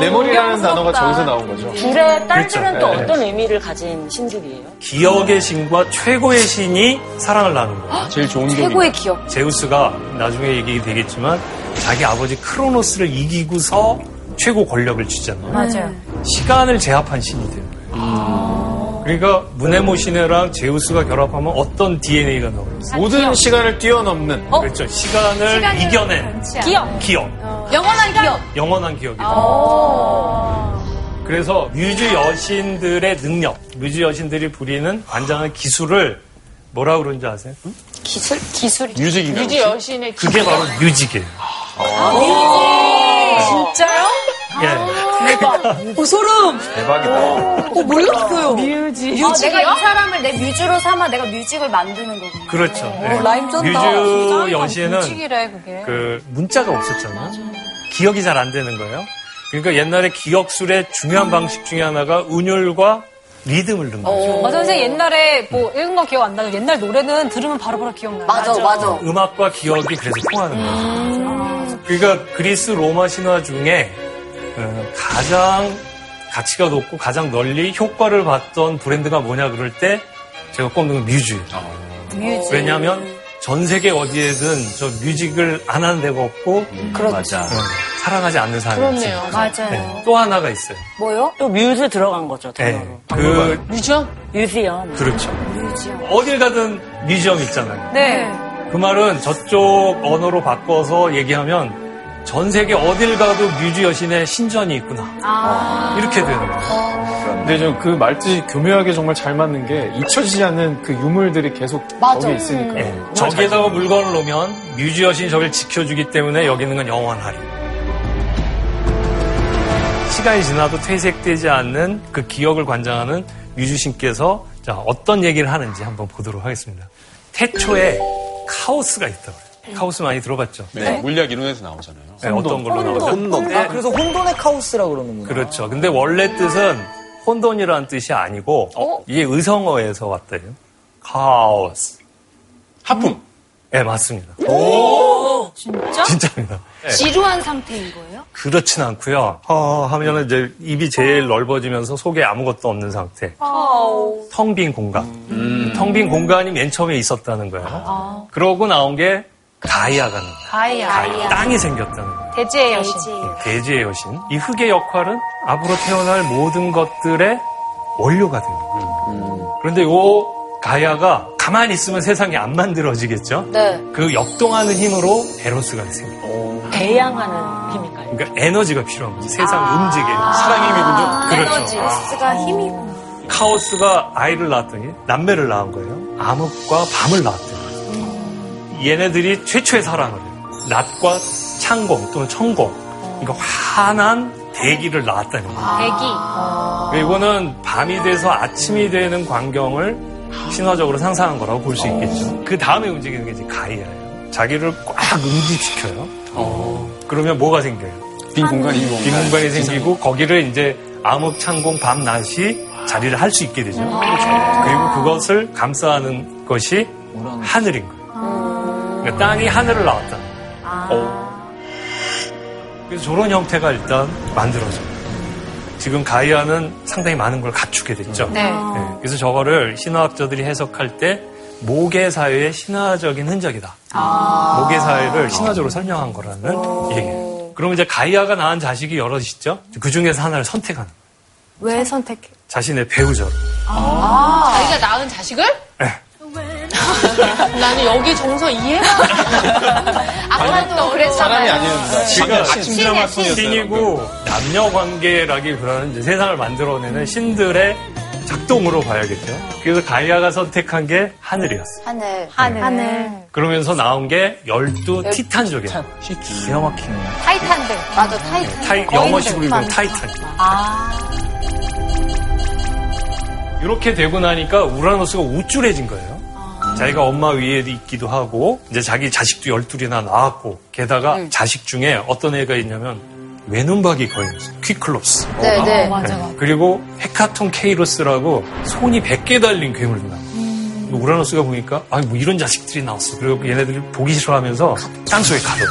E: 메모리라는 단어가 저기서 나온 거죠.
J: 둘의 딸들은
I: 그렇죠.
J: 또
I: 네.
J: 어떤 의미를 가진 신들이에요?
I: 기억의 신과 최고의 신이 사랑을 나누는 거예요.
A: 제일 좋은
B: 최고의 기억.
I: 제우스가 나중에 얘기 되겠지만 자기 아버지 크로노스를 이기고서 최고 권력을 쥐잖아요.
K: 맞아요.
I: 시간을 제압한 신이 돼요. 그러니까 문해모신이랑 제우스가 결합하면 어떤 DNA가 나오겠어요?
E: 모든 시간을 뛰어넘는
I: 그렇죠. 시간을, 어. 이겨낸
K: 기억.
I: 기억.
B: 영원한 기억.
I: 영원한 기억이에요. 어. 그래서 뮤즈 여신들의 능력, 뮤즈 여신들이 부리는 관장한 기술을 뭐라 그런지 아세요?
K: 기술? 기술이.
E: 뮤직인가요?
D: 유지 여신의
I: 그게 바로 뮤직이에요. 아,
K: 진짜요?
I: 예.
K: 오, 소름!
F: 대박이다.
K: 오, 몰랐어요.
D: 뮤지.
H: 어, 내가 이 사람을 내 뮤즈로 삼아 내가 뮤직을 만드는 거구나.
I: 그렇죠. 예.
K: 라임 쩐다.
I: 뮤즈 여신은
K: 무식이래, 그게.
I: 그 문자가 없었잖아. 기억이 잘 안 되는 거예요. 그러니까 옛날에 기억술의 중요한 방식 중에 하나가 운율과 리듬을 넣는 거죠.
K: 어, 선생님 옛날에 뭐 읽은 거 기억 안 나죠? 옛날 노래는 들으면 바로바로 기억나요.
B: 맞아, 맞아.
K: 아.
I: 음악과 기억이 그래서 통하는 거죠. 그러니까 그리스 로마 신화 중에 어, 가장 가치가 높고 가장 널리 효과를 봤던 브랜드가 뭐냐 그럴 때 제가 꼽는 건 뮤즈.
L: 뮤즈.
I: 왜냐하면 전 세계 어디에든 저 뮤직을 안 하는 데가 없고
L: 그렇죠. 맞아.
I: 어, 사랑하지 않는 사람이
L: 그렇네요.
I: 없어요.
L: 맞아요.
I: 네, 또 하나가 있어요.
B: 뭐요?
J: 또 뮤즈 들어간 거죠.
I: 네, 그
J: 뮤지엄? 뮤지엄.
I: 그렇죠. 어딜 가든 뮤지엄 있잖아요.
B: 네.
I: 그 말은 저쪽 언어로 바꿔서 얘기하면 전 세계 어딜 가도 뮤즈 여신의 신전이 있구나. 이렇게 되는 거예요.
E: 근데 좀 그 말뜻이 교묘하게 정말 잘 맞는 게 잊혀지지 않는 그 유물들이 계속
I: 맞아.
E: 거기에 있으니까.
I: 예, 저기에다가 물건을 놓으면 뮤즈 여신이 저를 지켜주기 때문에 여기 있는 건 영원하리. 시간이 지나도 퇴색되지 않는 그 기억을 관장하는 뮤즈 신께서 자, 어떤 얘기를 하는지 한번 보도록 하겠습니다. 태초에 카오스가 있다고 그래요. 카오스 많이 들어봤죠?
A: 네. 물리학 이론에서 나오잖아요.
I: 네, 어떤 걸로 나오죠? 네,
C: 아, 그래서 혼돈의 카오스라 그러는구나.
I: 그렇죠. 근데 원래 뜻은 혼돈이라는 뜻이 아니고 이게 의성어에서 왔대요. 카오스.
A: 하품.
I: 네, 맞습니다.
H: 오! 진짜? 예.
I: 진짜입니다. 네.
H: 지루한 상태인 거예요?
I: 그렇진 않고요. 허 하면은 이제 입이 제일 넓어지면서 속에 아무것도 없는 상태. 텅 빈 공간.
H: 음.
I: 텅 빈 공간이 맨 처음에 있었다는 거예요.
H: 아.
I: 그러고 나온 게 가이아가 는
K: 가이아.
I: 땅이 생겼다는 거예요.
K: 대지의 여신.
I: 대지의 여신. 이 흙의 역할은 앞으로 태어날 모든 것들의 원료가 되는 거예요. 그런데 요 가야가 가만히 있으면 세상이 안 만들어지겠죠?
B: 네.
I: 그 역동하는 힘으로 에로스가 생겨요.
J: 배양하는 아. 힘이.
I: 그러니까 에너지가 필요한 거지. 세상 움직이는.
J: 사랑의 힘이군요.
I: 그렇죠.
B: 에너지가 힘이구나.
I: 카오스가 아이를 낳았더니 남매를 낳은 거예요. 암흑과 밤을 낳았대요. 얘네들이 최초의 사랑을 해요. 낮과 창공 또는 천공. 그러니까 환한 대기를 낳았다는 거예요.
H: 대기.
B: 아.
I: 이거는 밤이 돼서 아침이 되는 광경을 신화적으로 상상한 거라고 볼 수 있겠죠. 그 다음에 움직이는 게 이제 가이아예요. 자기를 꽉 응집시켜요. 어. 그러면 뭐가 생겨요?
A: 빈 공간이 빈 공간.
I: 이 생기고 거기를 이제 암흑창공 밤낮이 자리를 할 수 있게 되죠. 그리고 그것을 감싸는 것이 하늘인 거예요. 그러니까 땅이 하늘을 나왔다. 어. 그래서 저런 형태가 일단 만들어져요. 지금 가이아는 상당히 많은 걸 갖추게 됐죠.
L: 네.
I: 네, 그래서 저거를 신화학자들이 해석할 때 모계 사회의 신화적인 흔적이다. 모계 사회를 신화적으로 설명한 거라는 얘기예요. 그럼 이제 가이아가 낳은 자식이 여럿이죠. 그 중에서 하나를 선택하는 거예요.
K: 왜 선택해?
I: 자신의 배우자로.
D: 아. 자기가 낳은 자식을? 나는 여기 정서 이해가
H: 아까도 그랬잖아요.
I: 지가
A: 그러니까
H: 신이야, 신.
I: 신이고 남녀 관계라기보다는 이제 세상을 만들어내는 신들의 작동으로 봐야겠죠. 그래서 가이아가 선택한 게 하늘이었어요.
B: 하늘.
H: 아,
B: 하늘. 하늘.
I: 그러면서 나온 게 열두
B: 열-
I: 티탄족이에요. 기가 막히네.
B: 타이탄들. 맞아, 타이탄.
I: 타이, 영어식으로 읽으면 뭐 타이탄.
B: 아.
I: 이렇게 되고 나니까 우라노스가 우쭐해진 거예요. 자기가 엄마 위에 있기도 하고 이제 자기 자식도 열둘이나 낳았고 게다가 자식 중에 어떤 애가 있냐면 외눈박이 거인 퀴클롭스.
L: 네, 네.
H: 어.
L: 맞아.
I: 그리고 헤카톤 케이로스라고 손이 100개 달린 괴물이 나와요. 뭐 우라노스가 보니까 아뭐 이런 자식들이 나왔어. 그리고 얘네들이 보기 싫어하면서 땅속에 가둬.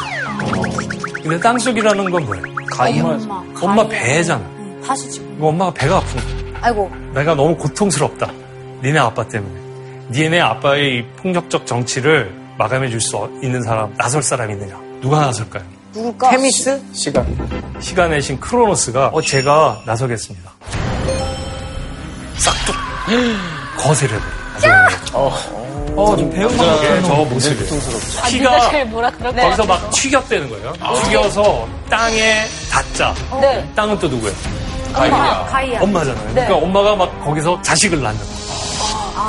I: 근데 땅속이라는 건 뭐예요?
L: 가이아.
I: 엄마, 엄마 배잖아.
B: 다시 지금.
I: 이거 엄마가 배가 아픈 거야.
B: 아이고.
I: 내가 너무 고통스럽다. 니네 아빠 때문에. 니네 아빠의 이 폭력적 정치를 마감해 줄 수 있는 사람, 나설 사람이 있느냐. 누가 나설까요?
B: 누굴까?
C: 테미스?
I: 시간. 시간의 신 크로노스가, 어, 제가 나서겠습니다. 싹둑. 거세를 해버려. 어, 어, 좀 배운 것 같아요. 저 모습이.
L: 네가
I: 키가
L: 아, 제일 아. 뭐라 그러고
I: 거기서 막 튀겼대는 거예요. 튀겨서 땅에 닿자.
L: 네.
I: 땅은 또 누구예요?
L: 가이아. 가이아.
I: 엄마잖아요.
L: 네.
I: 그러니까 엄마가 막 거기서 자식을 낳는 거예요.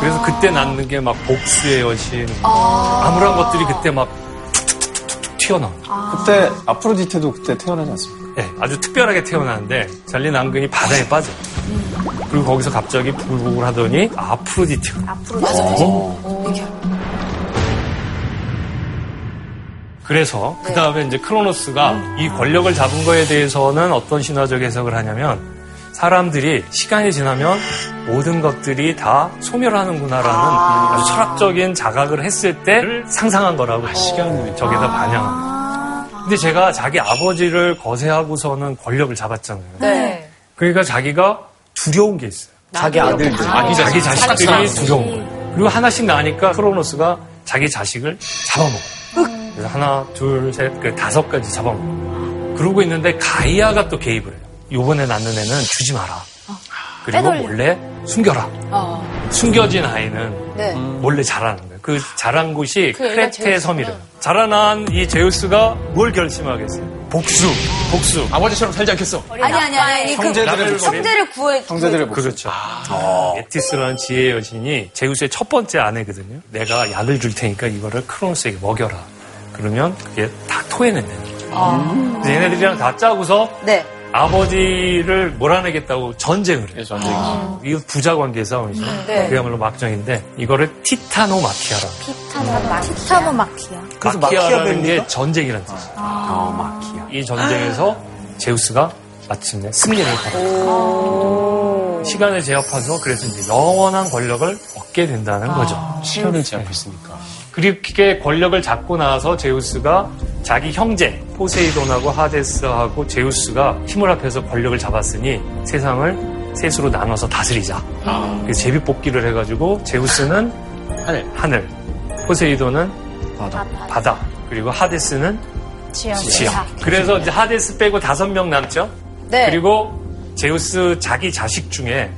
I: 그래서 그때 낳는 게 막 복수의 여신,
L: 아.
I: 암울한 것들이 그때 막 툭툭툭툭툭 튀어나와요.
E: 그때 아프로디테도 그때 태어나지 않습니까?
I: 예, 아주 특별하게 태어나는데 잘린 남근이 바다에 빠져. 요 그리고 거기서 갑자기 부글부글 하더니 아프로디테가. 어?
B: 맞아, 맞아. 이렇게.
I: 그래서
B: 네.
I: 그 다음에 이제 크로노스가 이 권력을 잡은 거에 대해서는 어떤 신화적 해석을 하냐면 사람들이 시간이 지나면 모든 것들이 다 소멸하는구나라는 아~ 주 철학적인 자각을 했을 때를 상상한 거라고 시간을 저기다 반영합니다. 근데 제가 자기 아버지를 거세하고서는 권력을 잡았잖아요.
L: 네.
I: 그러니까 자기가 두려운 게 있어요.
L: 자기 아들들. 자기
I: 자기, 자기
L: 자식들.
I: 자식들이 두려운 거예요. 그리고 하나씩 나니까 크로노스가 자기 자식을 잡아먹어요. 그래서 하나, 둘, 셋, 그 다섯 가지 잡아먹어요. 그러고 있는데 가이아가 또 개입을 해요. 요번에 낳는 애는 주지 마라. 그리고
L: 빼돌려.
I: 몰래 숨겨라.
L: 어.
I: 숨겨진 아이는
L: 네.
I: 몰래 자라는 거예요. 그 자란 곳이
L: 그 애가
I: 크레테
L: 제우스구나.
I: 섬이래요. 자라난 이 제우스가 뭘 결심하겠어요? 복수, 복수. 아버지처럼 살지 않겠어.
B: 아니 아니 아니 그
I: 형제들을
B: 형제를 구해
I: 그렇죠. 에티스라는 지혜 여신이 제우스의 첫 번째 아내거든요. 내가 약을 줄 테니까 이거를 크로노스에게 먹여라. 그러면 그게 다 토해낸대요.
L: 아.
I: 그래서 얘네들이랑 다 짜고서
B: 네.
I: 아버지를 몰아내겠다고 전쟁을 해요. 이거 부자 관계의 싸움이죠.
L: 네.
I: 그야말로 막정인데 이거를 티타노 마키아라.
K: 음. 티타노 마키아. 아.
I: 그래서 마키아라는 게 전쟁이라는 뜻이에요. 아, 이 전쟁에서 제우스가 마침내 승리를 거둡니다. 시간을 제압해서 그래서 이제 영원한 권력을 얻게 된다는
K: 아.
I: 거죠.
A: 시간을 제압했으니까.
I: 그렇게 권력을 잡고 나서 제우스가 자기 형제 포세이돈하고 하데스하고 제우스가 힘을 합해서 권력을 잡았으니 세상을 셋으로 나눠서 다스리자. 그래서 제비 뽑기를 해가지고 제우스는 하늘, 하늘, 포세이돈은 바다, 그리고 하데스는
L: 지역.
I: 지하. 그래서 이제 하데스 빼고 다섯 명 남죠.
L: 네.
I: 그리고 제우스 자기 자식 중에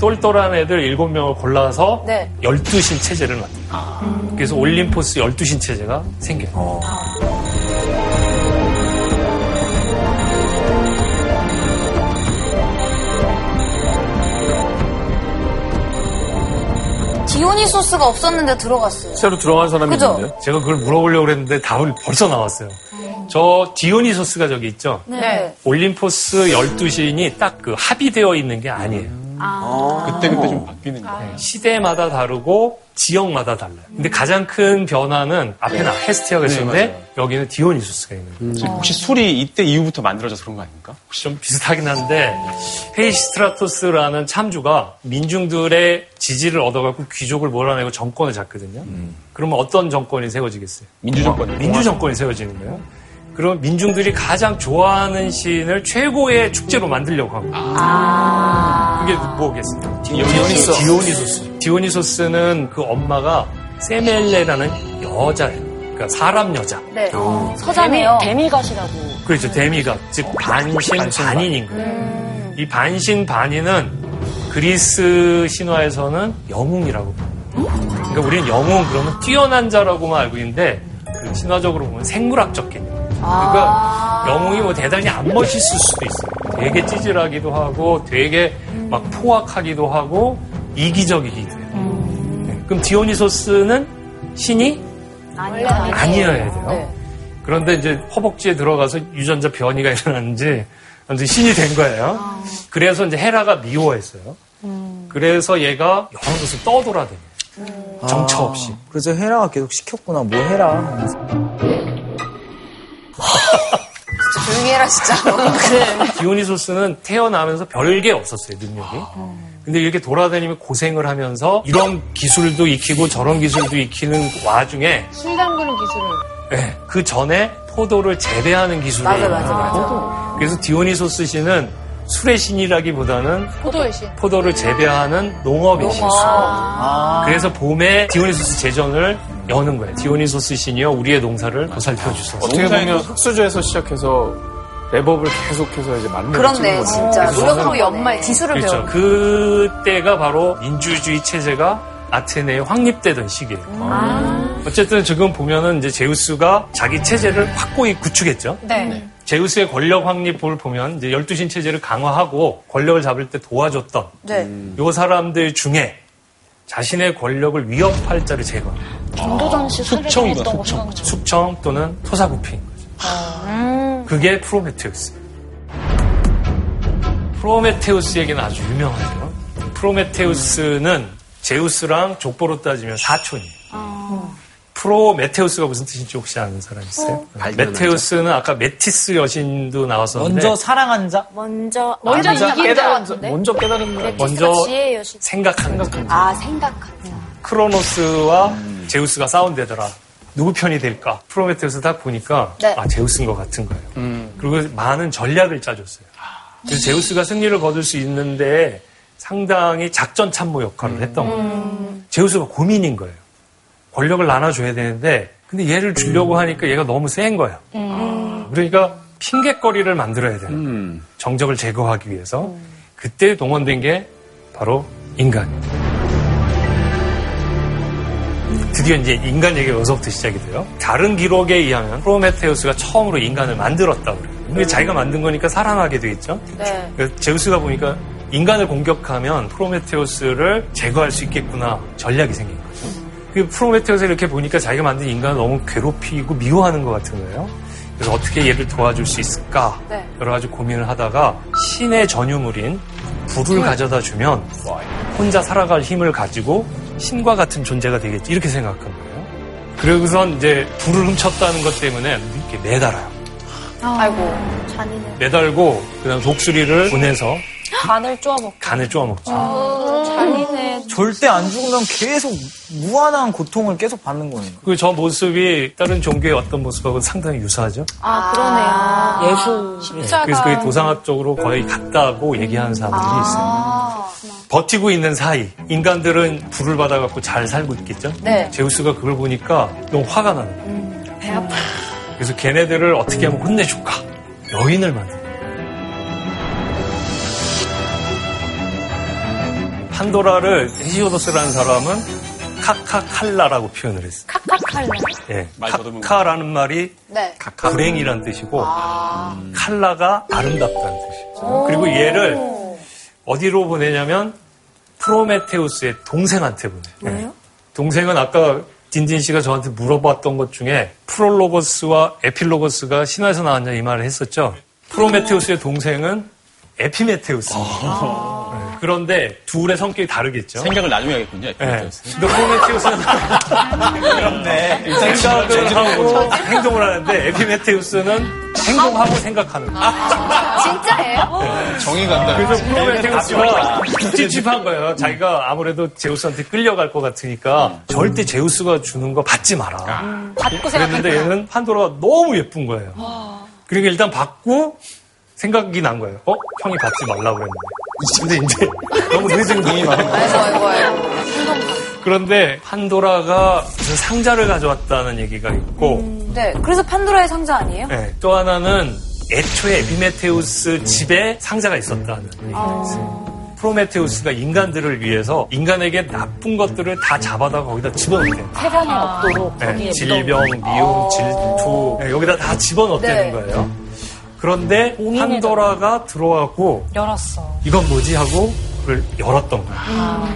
I: 똘똘한 애들 일곱 명을 골라서
L: 네.
I: 열두 신 체제를 만들어요. 그래서 올림포스 열두 신 체제가 생겨요.
B: 디오니소스가 없었는데 들어갔어요.
I: 새로 들어간 사람이
B: 그죠? 있는데요?
I: 제가 그걸 물어보려고 그랬는데 답을 벌써 나왔어요. 저 디오니소스가 저기 있죠?
B: 네.
I: 올림포스 열두 신이 딱 그 합의되어 있는 게 아니에요. 그때 그때 좀 바뀌는 거예요. 시대마다 다르고 지역마다 달라요. 근데 가장 큰 변화는 앞에는 헤스티아가 있었는데 여기는 디오니소스가 있는 거예요.
A: 지금 혹시 술이 이때 이후부터 만들어져서 그런 거 아닙니까?
I: 혹시 좀 비슷하긴 한데 헤이스트라토스라는 참주가 민중들의 지지를 얻어갖고 귀족을 몰아내고 정권을 잡거든요. 그러면 어떤 정권이 세워지겠어요? 아.
A: 민주정권.
I: 민주정권이 세워지는 거예요. 그럼 민중들이 가장 좋아하는 시인을 최고의 축제로 만들려고 하고
M: 아,
I: 이게 뭐겠습니까?
A: 디오니소.
I: 디오니소스. 디오니소스는 그 엄마가 세멜레라는 여자예요. 그러니까 사람 여자.
B: 네.
I: 어.
B: 서자네요.
J: 데미가시라고.
I: 그렇죠. 데미가 즉 반신 반인인 거예요. 이 반신 반인은 그리스 신화에서는 영웅이라고. 불러요. 그러니까 우리는 영웅 그러면 뛰어난 자라고만 알고 있는데 그 신화적으로 보면 생물학적 개념. 그러니까 영웅이 뭐 대단히 안 멋있을 수도 있어요. 되게 찌질하기도 하고 되게 막 포악하기도 하고 이기적이기도 해요. 네. 그럼 디오니소스는 신이
L: 아니요.
I: 아니어야 돼요.
L: 네.
I: 그런데 이제 허벅지에 들어가서 유전자 변이가 일어났는지 완전 신이 된 거예요.
L: 아.
I: 그래서 이제 헤라가 미워했어요.
L: 음.
I: 그래서 얘가 여러 곳을 떠돌아다녀.
L: 음.
I: 정처 없이.
C: 그래서 헤라가 계속 시켰구나. 뭐 해라. 하면서.
B: 조용히 해라 진짜.
I: 디오니소스는 태어나면서 별게 없었어요, 능력이.
D: 아.
I: 근데 이렇게 돌아다니며 고생을 하면서 이런 기술도 익히고 저런 기술도 익히는 와중에
D: 술 담그는 기술을.
I: 예, 그 전에 포도를 재배하는 기술을
D: 맞아, 맞아,
I: 익혀가지고 그래서 디오니소스 신은 술의 신이라기보다는
D: 포도의 신.
I: 포도를 재배하는 농업의 신.
C: 아,
I: 그래서 봄에 디오니소스 제전을 여는 거예요. 디오니소스 신이여 우리의 농사를 보살펴 주소서.
E: 어떻게 보면 흑수저에서 시작해서 랩업을 계속해서 이제 만들어
B: 그런데 진짜 노력하고 연말 기술을
I: 그렇죠.
B: 배워.
I: 그때가 바로 민주주의 체제가 아테네에 확립되던 시기예요. 어. 어쨌든 지금 보면은 이제 제우스가 자기 체제를 확고히 구축했죠.
L: 네.
I: 제우스의 권력 확립을 보면 이제 열두신 체제를 강화하고 권력을 잡을 때 도와줬던
L: 네.
I: 요 사람들 중에 자신의 권력을 위협할 자를 제거.
L: 김도전 씨 사례
I: 아, 숙청이다,
L: 했던 거
I: 숙청.
L: 생각나죠.
I: 숙청 또는 토사구피인 거죠. 그게 프로메테우스. 프로메테우스 얘기는 아주 유명하죠. 프로메테우스는 제우스랑 족보로 따지면 사촌이에요. 프로메테우스가 무슨 뜻인지 혹시 아는 사람 있어요?
C: 발견한 자.
I: 메테우스는 아까 메티스 여신도 나왔었는데
C: 먼저 사랑한 자?
K: 먼저
M: 아.
I: 먼저 이긴 자 같은데?
K: 먼저
I: 깨달은
K: 거.
I: 먼저
K: 지혜 여신.
I: 생각하는 거죠.
K: 아 생각한.
I: 크로노스와 제우스가 싸운대더라. 누구 편이 될까? 프로메테우스 딱 보니까
L: 네.
I: 아 제우스인 것 같은 거예요. 그리고 많은 전략을 짜줬어요. 그래서 제우스가 승리를 거둘 수 있는데 상당히 작전 참모 역할을 했던 거예요. 제우스가 고민인 거예요. 권력을 나눠줘야 되는데 근데 얘를 주려고 하니까 얘가 너무 센 거야. 그러니까 핑계거리를 만들어야 되는 거예요. 정적을 제거하기 위해서 그때 동원된 게 바로 인간입니다. 드디어 이제 인간 얘기가 여기서부터 시작이 돼요. 다른 기록에 의하면 프로메테우스가 처음으로 인간을 만들었다고 그래요. 근데 자기가 만든 거니까 사랑하게 돼 있죠.
D: 네.
I: 그래서 제우스가 보니까 인간을 공격하면 프로메테우스를 제거할 수 있겠구나 전략이 생긴 거죠. 그 프로메테우스를 이렇게 보니까 자기가 만든 인간을 너무 괴롭히고 미워하는 것 같은 거예요. 그래서 어떻게 얘를 도와줄 수 있을까
L: 네.
I: 여러 가지 고민을 하다가 신의 전유물인 불을 가져다 주면 혼자 살아갈 힘을 가지고 신과 같은 존재가 되겠지 이렇게 생각한 거예요. 그러고선 이제 불을 훔쳤다는 것 때문에 이렇게 매달아요.
L: 아이고 잔인해.
I: 매달고 그다음 독수리를 보내서
L: 간을 쪼아먹고.
I: 간을 쪼아먹죠.
L: 잔인해.
C: 절대 안 죽으면 계속 무한한 고통을 계속 받는 거예요.
I: 그 저 모습이 다른 종교의 어떤 모습하고 상당히 유사하죠.
L: 아 그러네요.
I: 예수. 네, 그래서
L: 네.
I: 그게 도상학 쪽으로 거의 같다고 얘기하는 사람들이
L: 아.
I: 있어요. 버티고 있는 사이 인간들은 불을 받아갖고 잘 살고 있겠죠.
L: 네. 음,
I: 제우스가 그걸 보니까 너무 화가 나는 거예요.
L: 배 아파.
I: 그래서 걔네들을 어떻게 하면 혼내줄까? 여인을 만든 거예요. 판도라를 헤시오도스라는 사람은 카카칼라라고 표현을 했어요.
L: 카카칼라.
I: 예, 카카라는 말이
L: 네.
I: 불행이란 뜻이고 칼라가 아름답다는 뜻이죠. 그리고 얘를 어디로 보내냐면 프로메테우스의 동생한테 보내요. 왜요? 동생은 아까 딘딘 씨가 저한테 물어봤던 것 중에 프롤로거스와 에필로거스가 신화에서 나왔냐 이 말을 했었죠. 프로메테우스의 동생은 에피메테우스. 네. 그런데 둘의 성격이 다르겠죠.
A: 생각을 나중에 하겠군요.
I: 네. 근데 프로메테우스는 그렇네. 네. 생각을 하고 행동을 하는데 에피메테우스는 행동하고 생각하는 거.
L: 진짜예요?
I: 아, 어. 정이 간다. 그래서
L: 아,
I: 프로메테우스가 찝찝한 거예요. 자기가 아무래도 제우스한테 끌려갈 것 같으니까 절대 제우스가 주는 거 받지 마라.
L: 받고
I: 그랬는데
L: 생각했구나.
I: 얘는 판도라가 너무 예쁜 거예요. 그러니까 일단 받고 생각이 난 거예요. 어? 형이 받지 말라고 그랬는데. 근데 이제 너무 늦은 이 많은 거예요. 그런데 판도라가 무슨 상자를 가져왔다는 얘기가 있고
J: 음.
B: 네, 그래서 판도라의 상자 아니에요?
I: 네, 또 하나는 애초에
J: 음.
I: 에피메테우스 집에 상자가 있었다는
J: 아.
I: 얘기가 있어요. 프로메테우스가 인간들을 위해서 인간에게 나쁜 것들을 다 잡아다가 거기다 집어넣는
J: 세상에 없도록
I: 네,
J: 거기에 아.
I: 질병, 미움, 질투 네, 여기다 다 집어넣었다는
J: 네.
I: 거예요. 그런데 판도라가 들어와고
J: 열었어.
I: 이건 뭐지 하고 그걸 열었던 거예요.
M: 아.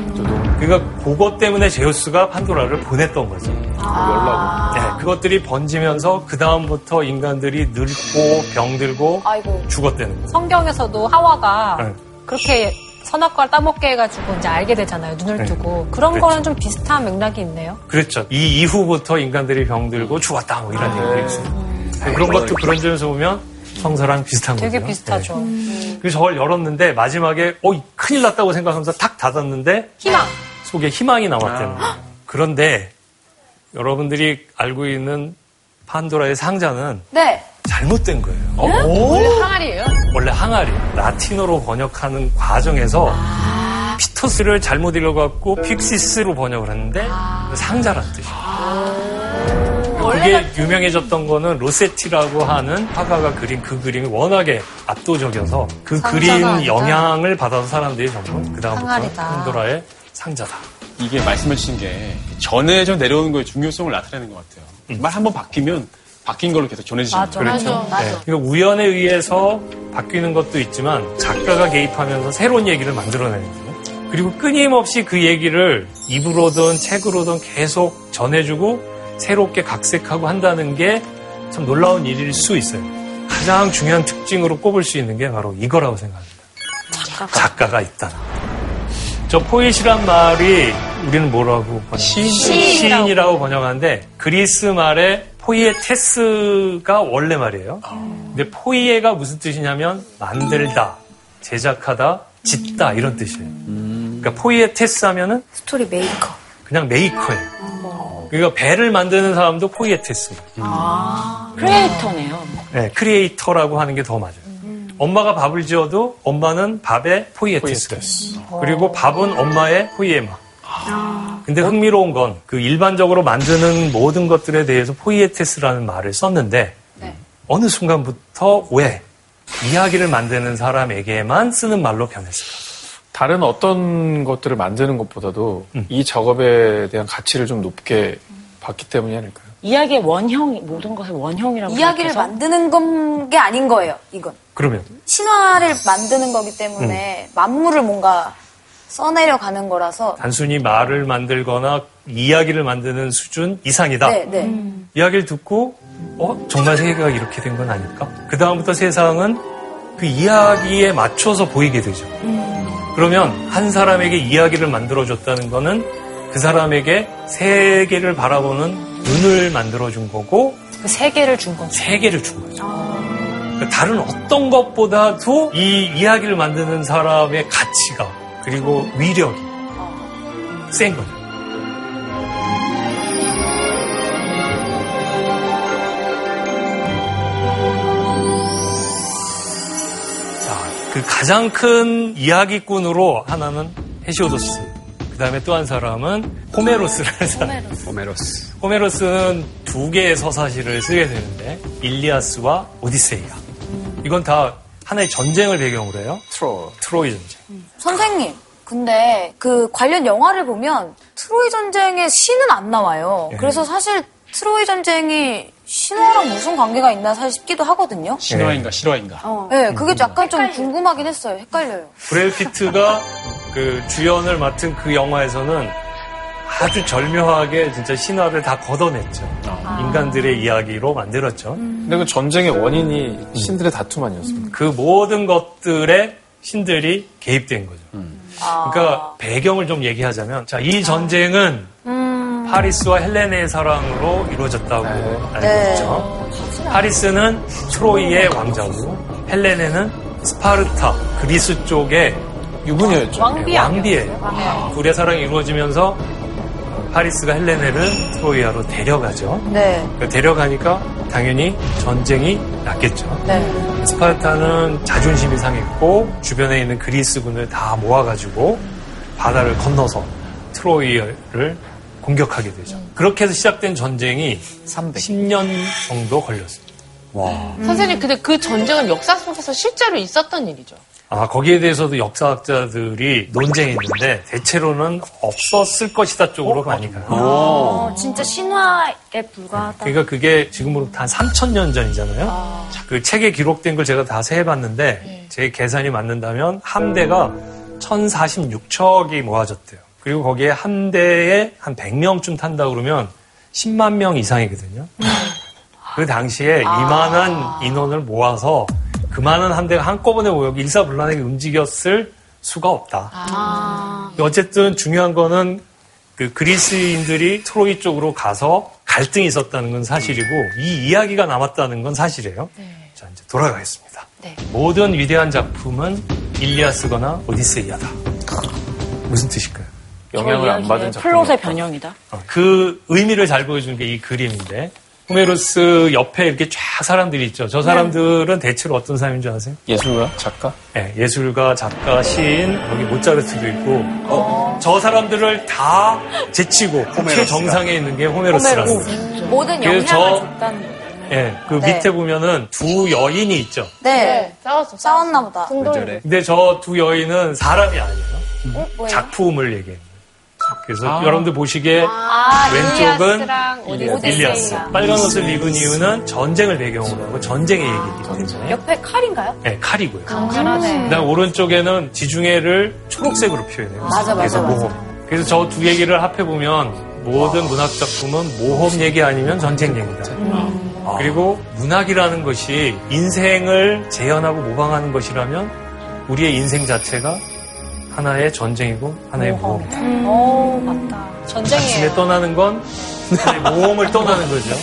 I: 그러니까 그것 때문에 제우스가 판도라를 보냈던 거죠.
M: 아.
I: 네, 그것들이 번지면서 그 다음부터 인간들이 늙고 병들고
M: 아이고.
I: 죽었다는 거예요.
M: 성경에서도 하와가
I: 네.
M: 그렇게 선악과를 따먹게 해가지고 이제 알게 되잖아요. 눈을
I: 네.
M: 뜨고 그런
I: 그렇죠.
M: 거랑 좀 비슷한 맥락이 있네요.
I: 그렇죠. 이 이후부터 인간들이 병들고 죽었다 뭐
M: 아.
I: 이런 얘기가 있어요. 아, 그런 것도 그런 점에서 보면 성서랑 비슷한 거죠. 네.
M: 되게 비슷하죠.
K: 음,
I: 그래서 저걸 열었는데 마지막에 어 이- 큰일 났다고 생각하면서 탁 닫았는데
M: 희망.
I: 속에 희망이 나왔다는 거예요. 그런데 여러분들이 알고 있는 판도라의 상자는
B: 네.
I: 잘못된 거예요. 어?
D: 원래 항아리예요?
I: 원래 항아리 라틴어로 번역하는 과정에서 피토스를 잘못 읽어갖고 픽시스로 번역을 했는데 상자란 뜻이에요. 그게 유명해졌던 거는 로세티라고 하는 화가가 그린 그 그림이 워낙에 압도적이어서 그
M: 상자가
I: 그림
M: 아니라
I: 영향을 받아서 사람들이 전부 그다음부터
M: 항아리다.
I: 판도라의 상자다.
A: 이게 말씀해 주신 게 전해져 내려오는 거의 중요성을 나타내는 것 같아요.
I: 음.
A: 말 한 번 바뀌면 바뀐 걸로 계속 전해지죠.
I: 맞아, 그렇죠. 맞아, 맞아. 그러니까 우연에 의해서 바뀌는 것도 있지만 작가가 개입하면서 새로운 얘기를 만들어내는 거예요. 그리고 끊임없이 그 얘기를 입으로든 책으로든 계속 전해주고 새롭게 각색하고 한다는 게 참 놀라운 일일 수 있어요. 가장 중요한 특징으로 꼽을 수 있는 게 바로 이거라고 생각합니다. 작가가 있다. 저 포엣이란 말이 우리는 뭐라고 번역?
L: 시인이라고.
I: 시인이라고 번역하는데 그리스 말의 포이에테스가 원래 말이에요. 근데 포이에가 무슨 뜻이냐면 만들다, 제작하다, 짓다 이런 음. 뜻이에요. 그러니까 포이에테스 하면은
K: 스토리 메이커.
I: 그냥 메이커예요. 그러니까 배를 만드는 사람도 포이에테스. 음.
J: 아, 크리에이터네요.
I: 네, 크리에이터라고 하는 게 더 맞아요. 엄마가 밥을 지어도 엄마는 밥의 포이에테스. 그리고 밥은 엄마의 포이에마. 근데 흥미로운 건 그 일반적으로 만드는 모든 것들에 대해서 포이에테스라는 말을 썼는데 어느 순간부터 왜 이야기를 만드는 사람에게만 쓰는 말로 변했을까?
E: 다른 어떤 것들을 만드는 것보다도
I: 음.
E: 이 작업에 대한 가치를 좀 높게 봤기 때문이 아닐까요?
J: 이야기의 원형이, 모든 것의 원형이라고.
B: 이야기를
J: 생각해서
B: 만드는 건 게 아닌 거예요, 이건.
I: 그러면
B: 신화를 만드는 거기 때문에 만물을 뭔가 써내려 가는 거라서.
I: 단순히 말을 만들거나 이야기를 만드는 수준 이상이다.
B: 네, 네.
M: 음.
I: 이야기를 듣고 어 정말 세계가 이렇게 된 건 아닐까? 그 다음부터 세상은 그 이야기에 맞춰서 보이게 되죠. 그러면 한 사람에게 이야기를 만들어줬다는 거는 그 사람에게 세계를 바라보는 눈을 만들어준 거고
M: 그 세계를 준 거죠.
I: 세계를 준 거죠. 그러니까 다른 어떤 것보다도 이 이야기를 만드는 사람의 가치가 그리고 위력이 센 거죠. 그 가장 큰 이야기꾼으로 하나는 헤시오도스. 그 다음에 또 한 사람은 호메로스라는 사람.
F: 호메로스.
I: 호메로스는 두 개의 서사시를 쓰게 되는데 일리아스와 오디세이아. 이건 다 하나의 전쟁을 배경으로 해요. 트로. 트로이 전쟁.
B: 선생님, 근데 그 관련 영화를 보면 트로이 전쟁의 신은 안 나와요.
I: 예.
B: 그래서 사실 트로이 전쟁이 신화랑 무슨 관계가 있나 사실 싶기도 하거든요.
A: 신화인가 실화인가.
B: 네, 그게 약간 좀 궁금하긴 했어요. 헷갈려요.
I: 브렐 피트가 그 주연을 맡은 그 영화에서는 아주 절묘하게 진짜 신화를 다 걷어냈죠. 인간들의 이야기로 만들었죠.
E: 근데 그 전쟁의 원인이 신들의 다툼 아니었습니까?
I: 그 모든 것들에 신들이 개입된 거죠. 그러니까 배경을 좀 얘기하자면, 자, 이 전쟁은 파리스와 헬레네의 사랑으로 이루어졌다고 알고
L: 네.
I: 있죠. 파리스는 트로이의 왕자고, 헬레네는 스파르타, 그리스 쪽의 유부녀였죠.
L: 왕비
I: 왕비예요. 둘의 사랑이 이루어지면서 파리스가 헬레네를 트로이아로 데려가죠.
B: 네.
I: 그러니까 데려가니까 당연히 전쟁이 났겠죠.
B: 네.
I: 스파르타는 자존심이 상했고 주변에 있는 그리스군을 다 모아가지고 바다를 건너서 트로이를 공격하게 되죠. 그렇게 해서 시작된 전쟁이 10년 정도 걸렸어요. 와.
D: 선생님, 근데 그 전쟁은 역사 속에서 실제로 있었던 일이죠.
I: 아, 거기에 대해서도 역사학자들이 논쟁했는데 대체로는 없었을 것이다 쪽으로 많이 가요.
H: 어, 진짜 신화에 불과하다.
I: 그러니까 그게 지금으로부터 한 3,000년 전이잖아요. 그 책에 기록된 걸 제가 다 세해봤는데
H: 예.
I: 제 계산이 맞는다면 함대가 1,046척이 모아졌대요. 그리고 거기에 함대에 한 100명쯤 탄다 그러면 10만 명 이상이거든요.
H: 음.
I: 그 당시에
H: 아.
I: 이만한 인원을 모아서 그 많은 함대가 한꺼번에 모여 일사불란하게 움직였을 수가
H: 아.
I: 없다. 어쨌든 중요한 거는 그 그리스인들이 트로이 쪽으로 가서 갈등이 있었다는 건 사실이고 이 이야기가 남았다는 건 사실이에요. 자 이제 돌아가겠습니다. 모든 위대한 작품은 일리아스거나 오디세이아다. 무슨 뜻일까요? 영향을 안 받은 작품.
J: 플롯의 변형이다.
I: 그 의미를 잘 보여주는 게 이 그림인데 호메로스 옆에 이렇게 쫙 사람들이 있죠. 저 사람들은 대체로 어떤 사람인 줄 아세요?
E: 예술가? 작가?
I: 네, 예술가, 작가, 시인, 여기 모차르트도 있고 어, 저 사람들을 다 제치고 최정상에 있는 게 호메로스라는 거죠.
B: 모든 영향을
I: 그래서 저-
B: 줬다는 거.
I: 예, 그
B: 네.
I: 밑에 보면은 두 여인이 있죠.
B: 네. 싸웠어. 싸웠나 보다.
I: 근데 저 두 여인은 사람이 아니에요.
B: 어, 뭐예요?
I: 작품을 얘기해요. 그래서
E: 아.
I: 여러분들 보시기에
L: 아,
I: 왼쪽은
L: 일리아스랑 오디세이랑.
I: 일리아스. 빨간 옷을 입은 이유는 전쟁을 배경으로 하고 전쟁의 얘기이기 때문에
H: 옆에 칼인가요?
I: 네, 칼이고요.
H: 강렬하네.
I: 그다음 오른쪽에는 지중해를 초록색으로 표현해요.
H: 맞아, 맞아,
I: 그래서
H: 맞아.
I: 모험. 그래서 저 두 얘기를 합해 보면 모든 문학 작품은 모험 얘기 아니면 전쟁 얘기다. 그리고 문학이라는 것이 인생을 재현하고 모방하는 것이라면 우리의 인생 자체가 하나의 전쟁이고 하나의 모험이다.
J: 오, 맞다.
I: 아침에 떠나는 건 하나의 모험을 떠나는 거죠.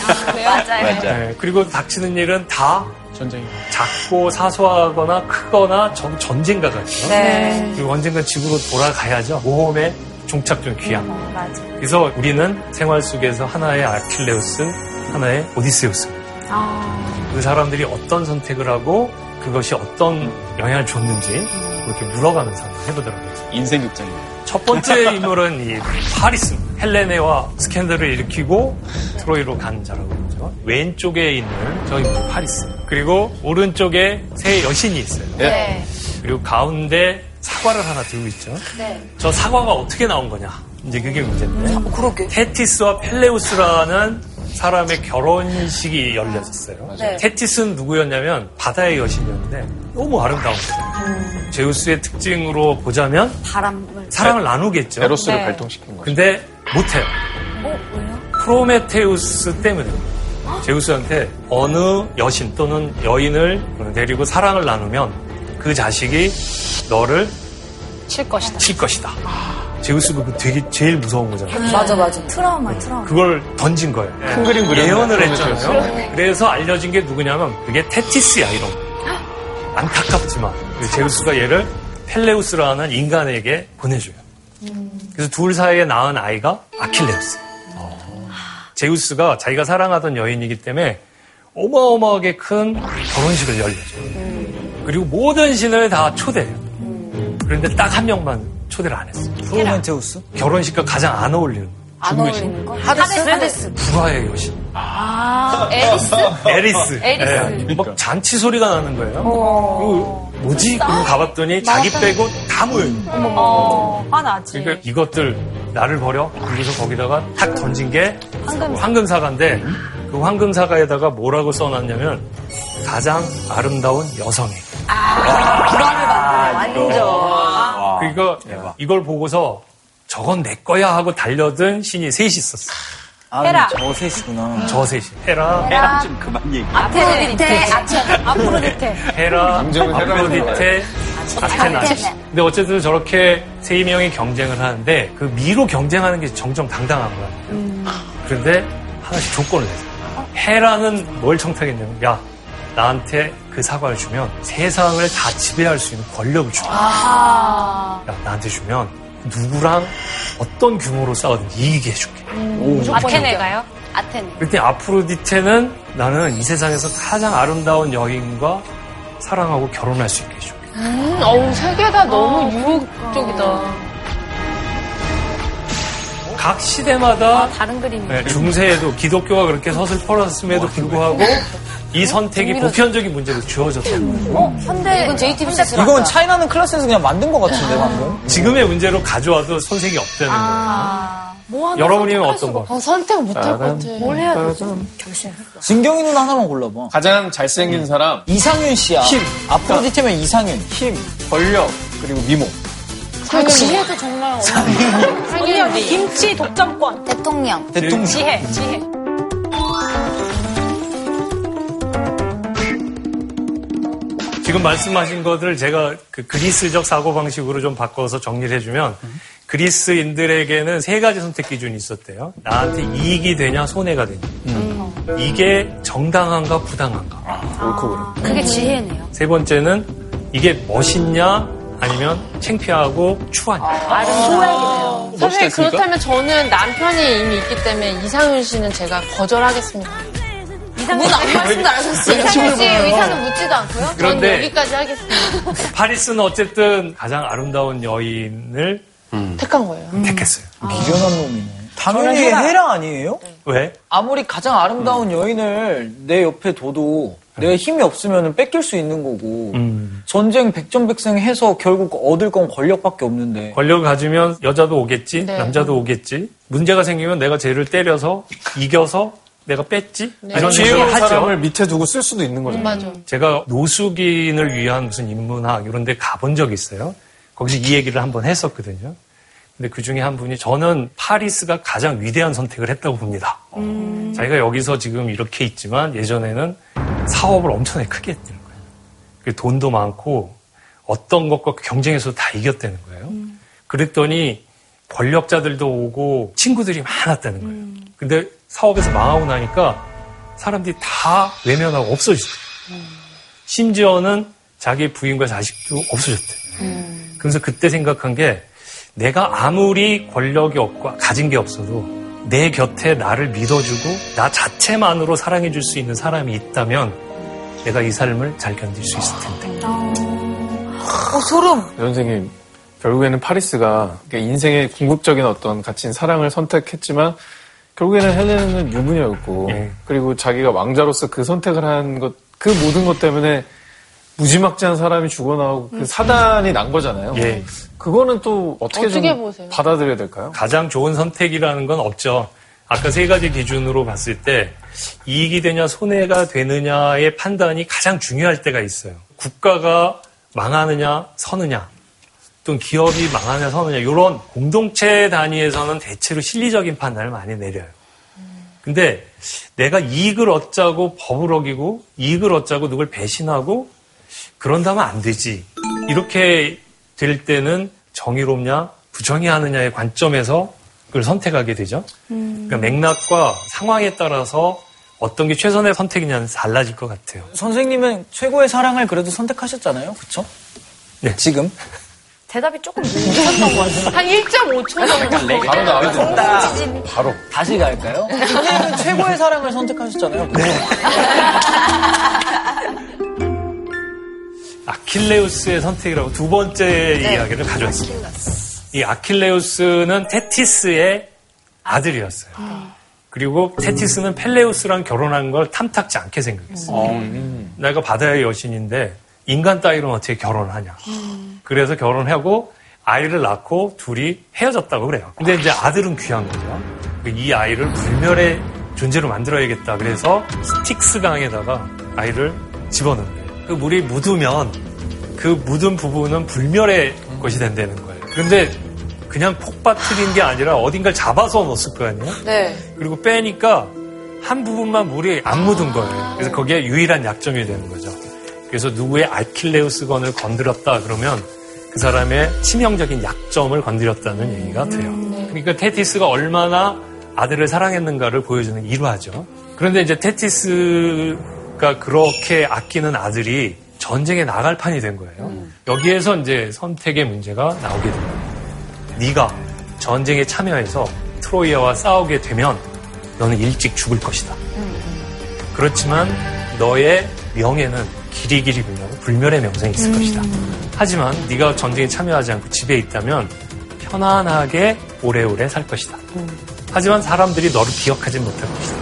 I: 네, 그리고 닥치는 일은 다 전쟁. 작고 사소하거나 크거나 전, 전쟁과 같죠.
L: 네.
I: 그리고 언젠가 집으로 돌아가야죠. 모험의 종착점 귀향.
K: 맞아.
I: 그래서 우리는 생활 속에서 하나의 아킬레우스, 하나의 오디세우스. 그 사람들이 어떤 선택을 하고 그것이 어떤 영향을 줬는지 그렇게 물어가면서 한번 해보더라고요.
A: 인생 극장입니다.
I: 첫 번째 인물은 이 파리스 헬레네와 스캔들을 일으키고 트로이로 간 자라고 그러죠. 왼쪽에 있는 저 인물이 파리스. 그리고 오른쪽에 새 여신이 있어요.
L: 네.
I: 그리고 가운데 사과를 하나 들고 있죠.
L: 네.
I: 저 사과가 어떻게 나온 거냐. 이제 그게 문제인데. 테티스와 펠레우스라는 사람의 결혼식이 열렸었어요.
L: 네.
I: 테티스는 누구였냐면 바다의 여신이었는데 너무 아름다운 거예요. 음. 제우스의 특징으로 보자면
L: 바람을.
I: 사랑을 나누겠죠.
L: 에로스를 네. 발동시킨
I: 거죠. 근데 못해요. 어, 프로메테우스 때문에 제우스한테 어느 여신 또는 여인을 데리고 사랑을 나누면 그 자식이 너를
M: 칠 것이다.
I: 칠 것이다. 제우스도 그 되게 제일 무서운 거잖아요.
J: 네. 맞아, 맞아. 트라우마, 트라우마.
I: 그걸 던진 거예요.
J: 큰 그림 그렸네.
I: 예언을
J: 그러네.
I: 했잖아요. 그래서 알려진 게 누구냐면 그게 테티스야 이런. 안타깝지만 그 제우스가 얘를 펠레우스라는 인간에게 보내줘요. 그래서 둘 사이에 낳은 아이가 아킬레우스. 제우스가 자기가 사랑하던 여인이기 때문에 어마어마하게 큰 결혼식을 열려죠. 그리고 모든 신을 다 초대해요. 그런데 딱 한 명만 초대를 안 했어요. 프로멘테우스? 결혼식과 가장 안 어울리는
B: 안 어울리는 거? 하데스? 하데스.
I: 불화의 여신.
B: 아, 에리스?
I: 에리스.
B: 에리스. 그러니까.
I: 예. 막 잔치 소리가 나는
B: 어.
I: 거예요. 그 뭐지? 그리고 가봤더니 자기
M: 맞다.
I: 빼고 다 모여. 있는 거예요.
M: 어, 화나지.
I: 그러니까 이것들 나를 버려. 그리고서 거기다가 탁 던진 게
M: 황금.
I: 황금사과인데 그 황금사과에다가 뭐라고 써놨냐면 가장 아름다운 여성이.
M: 아,
I: 그러니까 이걸 보고서 저건 내 거야 하고 달려든 신이 셋이 있었어.
C: 아, 헤라. 저 셋이구나.
I: 저 셋이. 헤라.
F: 헤라 아, 좀 그만 얘기.
I: 아테네.
J: 아테네, 아테네.
M: 아프로디테.
I: 헤라,
F: 감정은 헤라로
I: 아프로디테, 아테나.
M: 아테나.
I: 근데 어쨌든 저렇게 세 명이 경쟁을 하는데 그 미로 경쟁하는 게 정정당당한 거야. 그런데 하나씩 조건을 내세요. 헤라는 뭘 청탁했냐면, 야, 나한테 그 사과를 주면 세상을 다 지배할 수 있는 권력을 주라.
L: 아.
I: 야, 나한테 주면 누구랑 어떤 규모로 싸우든지 이기게 해줄게. 그렇죠.
H: 아테네가요? 아테네.
I: 그때 아프로디테는 나는 이 세상에서 가장 아름다운 여인과 사랑하고 결혼할 수 있게 해줘.
D: 음, 어우, 세개 다 너무 유혹적이다.
I: 각 시대마다
M: 다른 그림.
I: 네, 중세에도 기독교가 그렇게 서슬퍼졌음에도 불구하고 이 선택이 보편적인 문제로 주어졌던 거예요.
C: 어,
B: 현대. 이건 JTBC 스라
C: 이건 차이나는 클래스에서 그냥 만든 것 같은데, 방금.
I: 지금의 문제로 가져와도 손색이 없다는
B: 아.
J: 뭐
I: 거예요. 여러분이면 어떤 거?
J: 어, 선택
I: 나는-
J: 뭘 해야 되지? 결심.
C: 진경이 누나 하나만 골라봐.
F: 가장
I: 음.
F: 잘생긴 사람.
C: 이상윤 씨야.
F: 힘.
C: 아프로디테면 이상윤.
F: 힘, 권력, 그리고 미모.
M: 지혜도 정말 어려워. 언니,
B: 그러니까.
M: 언니, 김치
B: 아.
M: 독점권.
K: 대통령.
C: 대통령.
M: 지혜, 지혜.
I: 지금 말씀하신 것들을 제가 그 그리스적 사고방식으로 좀 바꿔서 정리를 해주면 그리스인들에게는 세 가지 선택 기준이 있었대요. 나한테 이익이 되냐, 손해가 되냐. 이게 정당한가, 부당한가. 옳고 아, 그름.
H: 그게 지혜네요.
I: 세 번째는 이게 멋있냐, 아니면 창피하고 추하냐.
D: 아름다워요. 선생님,
I: 멋있겠습니까?
D: 그렇다면 저는 남편이 이미 있기 때문에 이상윤 씨는 제가 거절하겠습니다. 이상윤
B: 씨.
D: 말씀도 알고 있어요.
B: 이상윤 씨의 의사는
D: 묻지도 않고요.
I: 그런데-
D: 저는 여기까지 하겠습니다.
I: 파리스는 어쨌든 가장 아름다운 여인을
D: 택한 거예요.
I: 택했어요.
C: 미련한 놈이네. 아. 당연히
I: 저는 헤라.
C: 헤라 네. 음. 아니에요?
I: 왜?
C: 아무리 가장 아름다운 여인을 내 옆에 둬도 내 힘이 없으면 뺏길 수 있는 거고 전쟁 백전백승 해서 결국 얻을 건 권력밖에 없는데
I: 권력을 가지면 여자도 오겠지,
C: 네.
I: 남자도 오겠지. 문제가 생기면 내가 쟤를 때려서 이겨서 내가 뺐지. 이런
E: 지혜로운
I: 생각을 하죠.
E: 사람을 밑에 두고 쓸 수도 있는 거죠.
D: 맞아.
I: 제가 노숙인을 위한 무슨 인문학 이런 데 가본 적이 있어요. 거기서 이 얘기를 한번 했었거든요. 근데 그 중에 한 분이 저는 파리스가 가장 위대한 선택을 했다고 봅니다. 자기가 여기서 지금 이렇게 있지만 예전에는 사업을 엄청나게 크게 했던 거예요. 그 돈도 많고 어떤 것과 경쟁에서 다 이겼다는 거예요. 그랬더니 권력자들도 오고 친구들이 많았다는 거예요. 근데 사업에서 망하고 나니까 사람들이 다 외면하고 없어졌어요. 심지어는 자기 부인과 자식도 없어졌대. 요 그래서 그때 생각한 게 내가 아무리 권력이 없고 가진 게 없어도 내 곁에 나를 믿어주고 나 자체만으로 사랑해줄 수 있는 사람이 있다면 내가 이 삶을 잘 견딜 수 있을 텐데.
B: 어, 소름.
E: 선생님 결국에는 파리스가 그러니까 인생의 궁극적인 어떤 가치인 사랑을 선택했지만 결국에는 헬레는 유부녀였고 그리고 자기가 왕자로서 그 선택을 한 것 그 모든 것 때문에 무지막지한 사람이 죽어나오고 그
D: 음.
E: 사단이 난 거잖아요.
I: 예.
E: 그거는 또 어떻게,
D: 어떻게
E: 좀
D: 보세요?
E: 받아들여야 될까요?
I: 가장 좋은 선택이라는 건 없죠. 아까 세 가지 기준으로 봤을 때 이익이 되냐 손해가 되느냐의 판단이 가장 중요할 때가 있어요. 국가가 망하느냐 서느냐 또는 기업이 망하느냐 서느냐 이런 공동체 단위에서는 대체로 실리적인 판단을 많이 내려요. 근데 내가 이익을 얻자고 법을 어기고 이익을 얻자고 누굴 배신하고 그런다면 안 되지. 이렇게 될 때는 정의롭냐 부정의하느냐의 관점에서 그걸 선택하게 되죠. 그러니까 맥락과 상황에 따라서 어떤 게 최선의 선택이냐는 달라질 것 같아요.
C: 선생님은 최고의 사랑을 그래도 선택하셨잖아요, 그렇죠?
I: 네.
C: 지금
H: 대답이 조금 늦었던 것 같아요.
D: 한 1.5초 정도.
C: 바로 나와야 된다.
E: 바로
C: 다시 갈까요? 선생님은 최고의 사랑을 선택하셨잖아요.
I: 아킬레우스의 선택이라고 두 번째 이야기를 가져왔습니다. 이 아킬레우스는 테티스의 아들이었어요. 그리고 테티스는 펠레우스랑 결혼한 걸 탐탁지 않게 생각했어요. 내가 바다의 여신인데 인간 따위로는 어떻게 결혼하냐. 그래서 결혼하고 아이를 낳고 둘이 헤어졌다고 그래요. 근데 이제 아들은 귀한 거죠. 그러니까 이 아이를 불멸의 존재로 만들어야겠다. 그래서 스틱스 강에다가 아이를 집어넣는 거예요. 그 물이 묻으면 그 묻은 부분은 불멸의 것이 된다는 거예요. 그런데 그냥 폭 빠뜨린 게 아니라 어딘가를 잡아서 넣었을 거 아니에요?
D: 네.
I: 그리고 빼니까 한 부분만 물이 안 묻은 거예요. 그래서 거기에 유일한 약점이 되는 거죠. 그래서 누구의 알킬레우스건을 건드렸다 그러면 그 사람의 치명적인 약점을 건드렸다는 얘기가 돼요. 그러니까 테티스가 얼마나 아들을 사랑했는가를 보여주는 일화죠. 그런데 이제 테티스가 그렇게 아끼는 아들이 전쟁에 나갈 판이 된 거예요. 여기에서 이제 선택의 문제가 나오게 됩니다. 네가 전쟁에 참여해서 트로이아와 싸우게 되면 너는 일찍 죽을 것이다. 그렇지만 너의 명예는 길이 길이 불리고 불멸의 명성이 있을 것이다. 하지만 네가 전쟁에 참여하지 않고 집에 있다면 편안하게 오래오래 살 것이다. 하지만 사람들이 너를 기억하지 못할 것이다.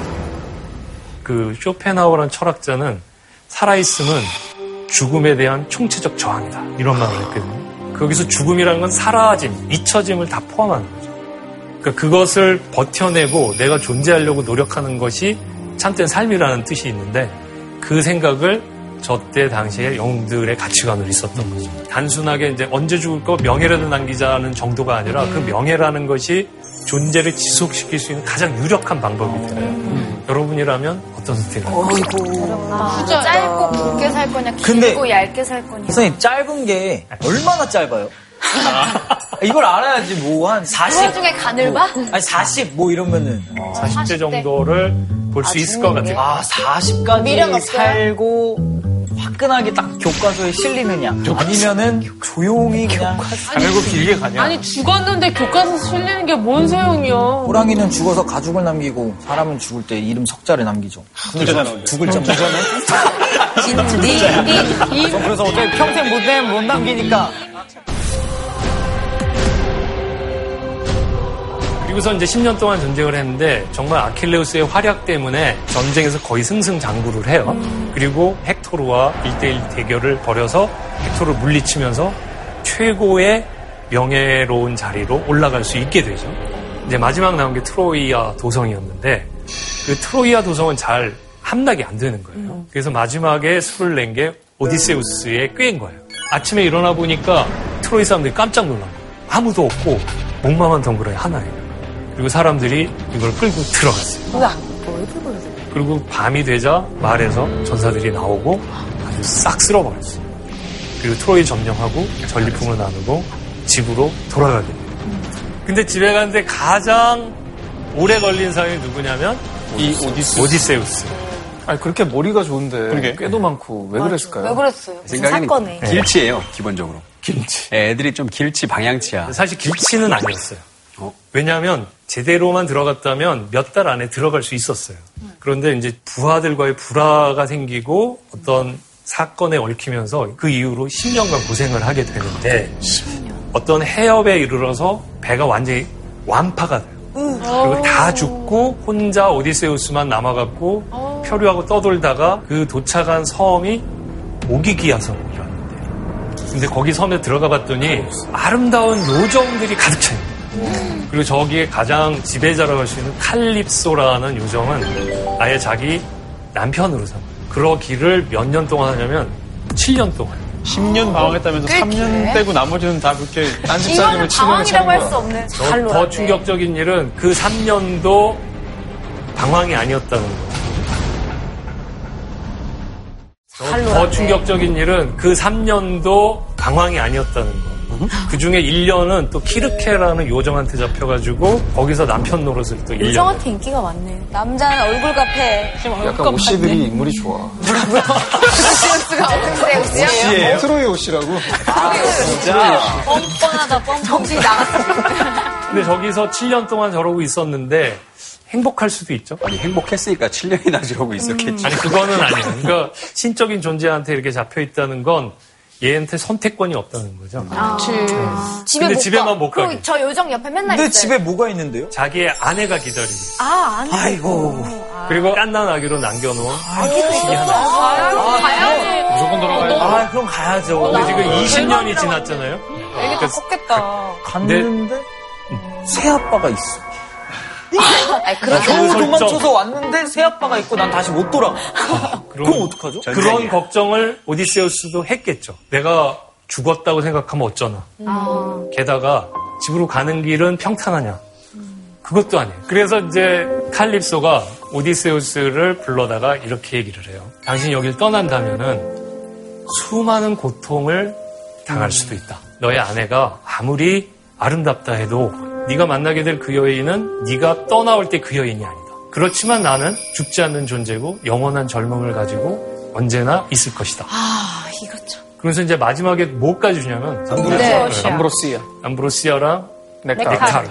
I: 그 쇼펜하우어라는 철학자는 살아있음은 죽음에 대한 총체적 저항이다. 이런 말을 했거든요. 거기서 죽음이라는 건 사라짐, 잊혀짐을 다 포함하는 거죠. 그러니까 그것을 버텨내고 내가 존재하려고 노력하는 것이 참된 삶이라는 뜻이 있는데 그 생각을 저때 당시에 영웅들의 가치관으로 있었던 거죠. 단순하게 이제 언제 죽을 거 명예라도 남기자는 정도가 아니라 그 명예라는 것이 존재를 지속시킬 수 있는 가장 유력한 방법이 돼요. 여러분이라면 아, 네. 어떤 선택을 하세요?
H: 아,
B: 어.
H: 짧고 굵게 살 거냐, 길고
C: 근데
H: 얇게 살 거냐.
C: 선생님 짧은 게 얼마나 짧아요? 이걸 알아야지 뭐 한 40.
H: 그 중에 간을 봐?
C: 아니 40 뭐 이러면은
I: 40대 정도를 볼 수 있을 것 같아요.
C: 아 40까지 살고 화끈하게 딱 교과서에 실리느냐 아니면은 조용히 그냥
E: 가늘고 길게 가냐
D: 아니, 죽었는데 교과서 실리는 게 뭔 소용이요?
C: 호랑이는 죽어서 가죽을 남기고 사람은 죽을 때 이름 석자를 남기죠.
A: 두 글자 남겨요.
C: 두 글자.
A: 두 글자네.
C: 진디. 그래서 어떻게 평생 못, 내- 못 남기니까
I: 그리고서 이제 10년 동안 전쟁을 했는데 정말 아킬레우스의 활약 때문에 전쟁에서 거의 승승장구를 해요. 그리고 헥토르와 1대1 대결을 벌여서 헥토르를 물리치면서 최고의 명예로운 자리로 올라갈 수 있게 되죠. 이제 마지막 나온 게 트로이아 도성이었는데 그 트로이아 도성은 잘 함락이 안 되는
B: 음.
I: 거예요. 그래서 마지막에 술을 낸 게 오디세우스의 꾀인 거예요. 아침에 일어나 보니까 트로이 사람들이 깜짝 놀란 거예요. 아무도 없고 목마만 덩그러니 하나예요. 그리고 사람들이 이걸 끌고 들어갔어요.
B: 뭐야? 왜 풀고 있어?
I: 그리고 밤이 되자 말에서 전사들이 나오고 아주 싹 쓸어버렸어요. 그리고 트로이 점령하고 전리품을 나누고 집으로 돌아가게 돼요. 근데 집에 가는데 가장 오래 걸린 사람이 누구냐면
E: 이 오디세우스.
I: 오디세우스.
E: 아니 그렇게 머리가 좋은데 꾀도 많고 왜 그랬을까요?
B: 왜 그랬어요?
F: 생각이 길치예요 기본적으로. 네,
I: 김치.
F: 애들이 좀 길치 방향치야.
I: 사실 길치는 아니었어요. 왜냐하면 제대로만 들어갔다면 몇 달 안에 들어갈 수 있었어요. 그런데 이제 부하들과의 불화가 생기고 어떤 사건에 얽히면서 그 이후로 10년간 고생을 하게 되는데 어떤 해협에 이르러서 배가 완전히 완파가 돼요. 그리고 다 죽고 혼자 오디세우스만 남아갖고 표류하고 떠돌다가 그 도착한 섬이 오기기야 섬이라는데 근데 거기 섬에 들어가 봤더니 아름다운 요정들이 가득 차 있는 거예요. 그리고 저기에 가장 지배자라고 할 수 있는 칼립소라는 요정은 아예 자기 남편으로 삼아 그러기를 몇 년 동안 하냐면 7년 동안
A: 10년 방황했다면서
I: 꽤
A: 3년
I: 기네.
A: 떼고 나머지는 다 그렇게 딴 집사님을
I: 이거는
A: 치고
I: 방황이라고 할수
B: 없는
I: 더, 더 충격적인 일은 그 3년도 방황이 아니었다는 거. 더, 더 충격적인 일은 그 3년도 방황이 아니었다는 거. 그 중에 1년은 또 키르케라는 요정한테 잡혀가지고 거기서 남편 노릇을 또 1년.
B: 요정한테 인기가 많네. 남자는 얼굴 카페.
E: 약간 오씨들이 인물이 좋아.
B: 오씨예요?
E: 트로이 오씨라고.
I: 진짜.
B: 뻔뻔하다, 뻔뻔. 아, 정신이 나갔어.
I: 근데 저기서 7년 동안 저러고 있었는데 행복할 수도 있죠.
F: 아니 행복했으니까 7년이나 저러고 있었겠지.
I: 아니 그거는 아니에요. 그러니까 신적인 존재한테 이렇게 잡혀 있다는 건 얘한테 선택권이 없다는 거죠.
K: 집에
I: 근데
K: 못
I: 집에만
K: 가.
I: 못
K: 그리고
I: 가게.
K: 저 요정 옆에 맨날 있어요.
I: 뭐가 있는데요? 자기의 아내가 기다리고
K: 아, 안 돼.
I: 아이고. 그리고 깐난 아기로 남겨놓은
K: 아기도 있었어.
D: 아,
K: 가야지.
I: 무조건 돌아가야죠.
C: 아, 그럼 가야죠.
I: 근데 지금
C: 나도
I: 20년이 지났잖아요.
D: 애기 다 컸겠다.
C: 갔는데
I: 네.
C: 새 아빠가 있어.
B: 아니,
C: 나 겨우
I: 설정.
C: 도망쳐서 왔는데 새 아빠가 있고 난 다시 못 돌아가.
I: 그럼, 어떡하죠? 그런 걱정을 오디세우스도 했겠죠. 내가 죽었다고 생각하면 어쩌나. 게다가 집으로 가는 길은 평탄하냐. 그것도 아니에요. 그래서 이제 칼립소가 오디세우스를 불러다가 이렇게 얘기를 해요. 당신 여길 떠난다면은 수많은 고통을 당할 수도 있다. 너의 아내가 아무리 아름답다 해도 네가 만나게 될 그 여인은 네가 떠나올 때 그 여인이 아니다. 그렇지만 나는 죽지 않는 존재고 영원한 젊음을 가지고 언제나 있을 것이다.
D: 아, 이거 참.
I: 그래서 이제 마지막에 뭐까지 주냐면
E: 암브로시아. 네.
I: 암브로시아. 랑
E: 넥타르.
I: 넥타르.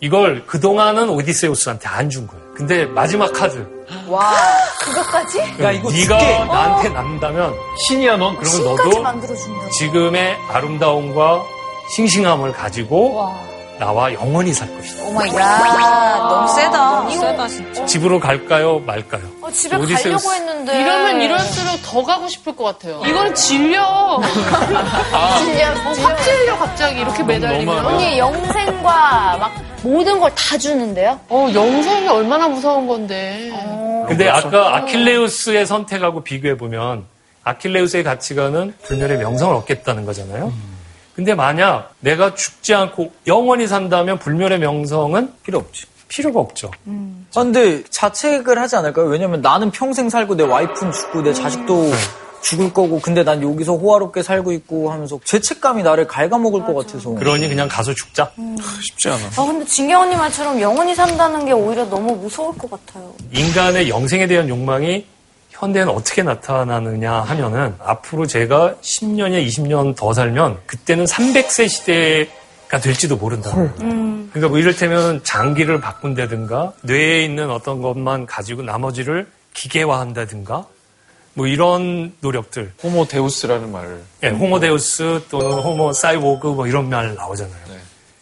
I: 이걸 그동안은 오디세우스한테 안 준 거예요. 근데 마지막 카드.
K: 와, 그것까지?
I: 네가 나한테 남다면 신이야 넌. 그러면
K: 신까지
I: 너도
K: 만들어준다.
I: 지금의 아름다움과 싱싱함을 가지고 나와 영원히 살 것이다.
B: 오 마이
H: 아,
B: 갓. 너무 세다. 너무 세다, 진짜.
I: 집으로 갈까요, 말까요?
M: 어, 집에
I: 오디세우스.
M: 가려고 했는데. 이러면
H: 네.
M: 이럴수록 더 가고 싶을 것 같아요. 이건 질려.
H: 질려,
D: 뭐
M: 어,
H: 질려.
M: 확 질려, 갑자기 이렇게 매달리면.
H: 언니 영생과 막 모든 걸 다 주는데요?
M: 어, 영생이 얼마나 무서운 건데.
I: 근데
M: 어.
I: 아까 아킬레우스의 선택하고 비교해보면 아킬레우스의 가치관은 불멸의 명성을 얻겠다는 거잖아요.
M: 음.
I: 근데 만약 내가 죽지 않고 영원히 산다면 불멸의 명성은 필요 없지. 필요가 없죠.
M: 음.
C: 아, 근데 자책을 하지 않을까요? 왜냐면 나는 평생 살고 내 와이프는 죽고 내
I: 네.
C: 자식도 죽을 거고 근데 난 여기서 호화롭게 살고 있고 하면서 죄책감이 나를 갉아먹을 것 같아서
I: 그러니 그냥 가서 죽자.
C: 쉽지 않아.
K: 아, 근데 진경 언니 말처럼 영원히 산다는 게 오히려 너무 무서울 것 같아요.
I: 인간의 영생에 대한 욕망이 현대에는 어떻게 나타나느냐 하면은 앞으로 제가 10년에 20년 더 살면 그때는 300세 시대가 될지도 모른다.
K: 음.
I: 그러니까 뭐 이를테면 장기를 바꾼다든가 뇌에 있는 어떤 것만 가지고 나머지를 기계화한다든가 뭐 이런 노력들.
E: 호모 데우스라는 말을.
I: 예, 호모데우스 또는 호모 사이보그 뭐 이런 말 나오잖아요.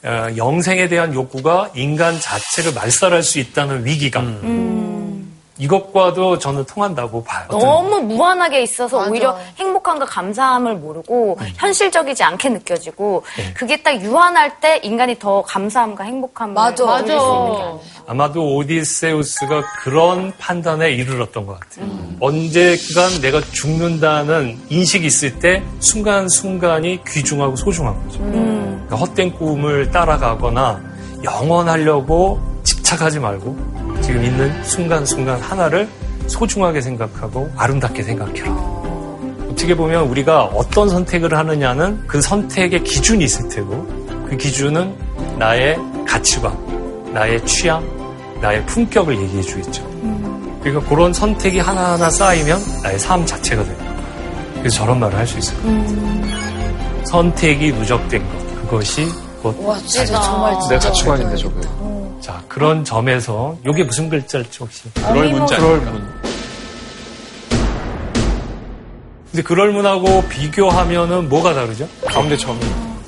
I: 어, 영생에 대한 욕구가 인간 자체를 말살할 수 있다는 위기감. 이것과도 저는 통한다고 봐요.
B: 어,
H: 너무 무한하게 있어서 오히려 행복함과 감사함을 모르고 현실적이지 않게 느껴지고 그게 딱 유한할 때 인간이 더 감사함과 행복함을
B: 맞아.
H: 얻을 수 있는 게
I: 아마도 오디세우스가 그런 판단에 이르렀던 것 같아요. 언제간 내가 죽는다는 인식이 있을 때 순간순간이 귀중하고 소중한 거죠. 그러니까 헛된 꿈을 따라가거나 영원하려고 집착하지 말고 지금 있는 순간순간 하나를 소중하게 생각하고 아름답게 생각해라. 어떻게 보면 우리가 어떤 선택을 하느냐는 그 선택의 기준이 있을 테고 그 기준은 나의 가치관, 나의 취향, 나의 품격을 얘기해 주겠죠.
L: 음.
I: 그러니까 그런 선택이 하나하나 쌓이면 나의 삶 자체가 돼요. 그래서 저런 말을 할 수 있어요.
K: 음.
I: 선택이 누적된 것. 그것이 곧
L: 와, 진짜 정말
I: 내
L: 진짜.
I: 가치관인데 저거. 자 그런 점에서 이게 무슨 글자일지 혹시?
A: 그럴 문자
I: 그럴 문. 근데 그럴 문하고 비교하면은 뭐가 다르죠? 가운데 점이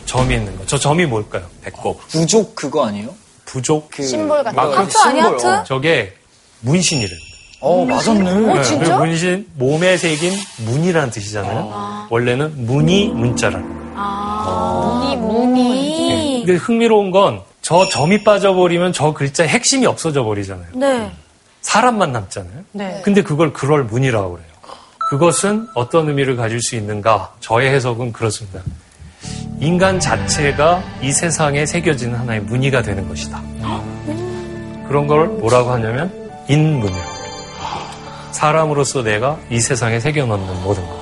I: 점이 있는 거. 저 점이 뭘까요? 배꼽.
C: 부족 그거 아니에요?
I: 부족 그
C: 심볼 같은
I: 마크
C: 거. 하트 아니야,
I: 심볼.
C: 하트?
I: 저게 문신이래.
C: 어, 맞았네.
I: 네, 그 문신 몸에 새긴 문이라는 뜻이잖아요. 원래는 문이 문자라는. 거예요.
B: 아.
L: 무늬, 무늬.
I: 근데 흥미로운 건 저 점이 빠져버리면 저 글자 핵심이 없어져 버리잖아요.
L: 네.
I: 사람만 남잖아요.
L: 네.
I: 근데 그걸 그럴 문이라고 그래요. 그것은 어떤 의미를 가질 수 있는가? 저의 해석은 그렇습니다. 인간 자체가 이 세상에 새겨진 하나의 무늬가 되는 것이다. 그런 걸 뭐라고 하냐면 인문이라고 해요. 사람으로서 내가 이 세상에 새겨넣는 모든 것.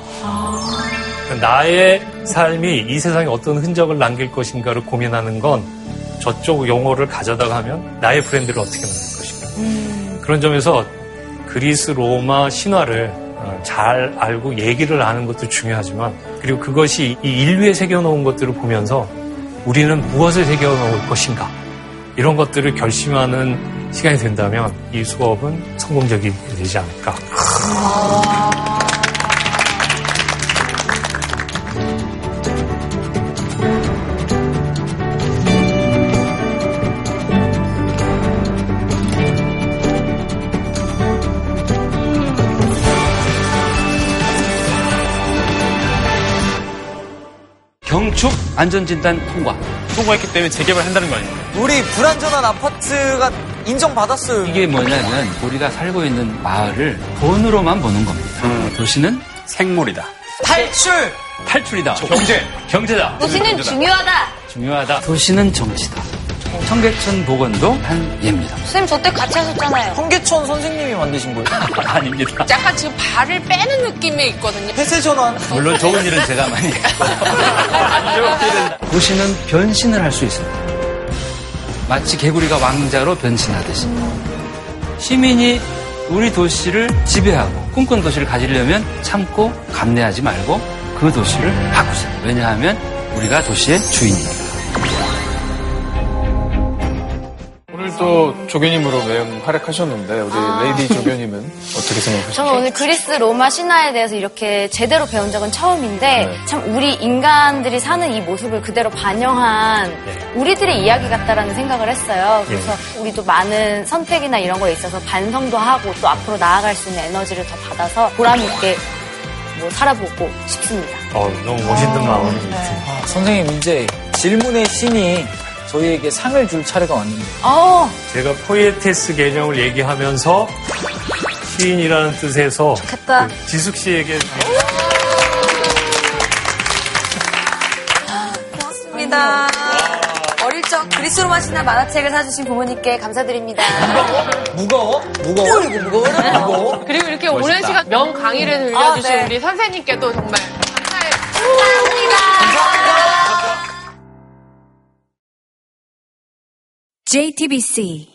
I: 나의 삶이 이 세상에 어떤 흔적을 남길 것인가를 고민하는 건 저쪽 용어를 가져다가 하면 나의 브랜드를 어떻게 만들 것인가. 그런 점에서 그리스 로마 신화를 어, 잘 알고 얘기를 아는 것도 중요하지만 그리고 그것이 이 인류에 새겨놓은 것들을 보면서 우리는 무엇을 새겨놓을 것인가 이런 것들을 결심하는 시간이 된다면 이 수업은 성공적이 되지 않을까
F: 경축 안전진단 통과.
A: 통과했기 때문에 재개발한다는 거 아닙니까?
C: 우리 불안전한 아파트가 인정받았어요.
F: 이게 뭐냐면 우리가 살고 있는 마을을 돈으로만 보는 겁니다. 도시는 생물이다.
C: 탈출!
F: 탈출이다. 경제. 경제다.
K: 어,
I: 음,
B: 도시는 중요하다.
F: 중요하다. 도시는 정치다. 청계천 복원도 한 예입니다.
B: 선생님 저 때 같이 하셨잖아요.
C: 홍계천 선생님이 만드신 거예요?
F: 아닙니다.
D: 약간 지금 발을 빼는 느낌이 있거든요.
C: 폐쇄 전환.
F: 물론 좋은 일은 제가 많이 했고 도시는 변신을 할 수 있습니다. 마치 개구리가 왕자로 변신하듯이 시민이 우리 도시를 지배하고 꿈꾼 도시를 가지려면 참고 감내하지 말고 그 도시를 바꾸세요. 왜냐하면 우리가 도시의 주인이니까.
E: 오늘 또 조교님으로 매우 활약하셨는데 우리 레이디 조교님은 어떻게 생각하세요?
K: 저는 오늘 그리스 로마 신화에 대해서 이렇게 제대로 배운 적은 처음인데
E: 네.
K: 참 우리 인간들이 사는 이 모습을 그대로 반영한 우리들의 이야기 같다라는 생각을 했어요. 그래서 우리도 많은 선택이나 이런 거에 있어서 반성도 하고 또 앞으로 나아갈 수 있는 에너지를 더 받아서 보람 있게 뭐 살아보고 싶습니다.
I: 어, 너무 멋있는 마음이 드네요.
C: 아, 선생님, 이제 질문의 신이 저희에게 상을 줄 차례가 왔는데.
K: 어,
I: 제가 포에테스 개념을 얘기하면서 시인이라는 뜻에서 그
K: 됐다.
I: 지숙 씨에게
B: 고맙습니다. 어릴 적 그리스 로마 신화 만화책을 사주신 부모님께 감사드립니다.
C: 무거워? 무거워? 이거 무거워? 무거워?
D: 그리고 이렇게 오랜
C: 멋있다.
D: 시간 명 강의를 들려주신
B: 아, 네.
D: 우리 선생님께도 정말
N: JTBC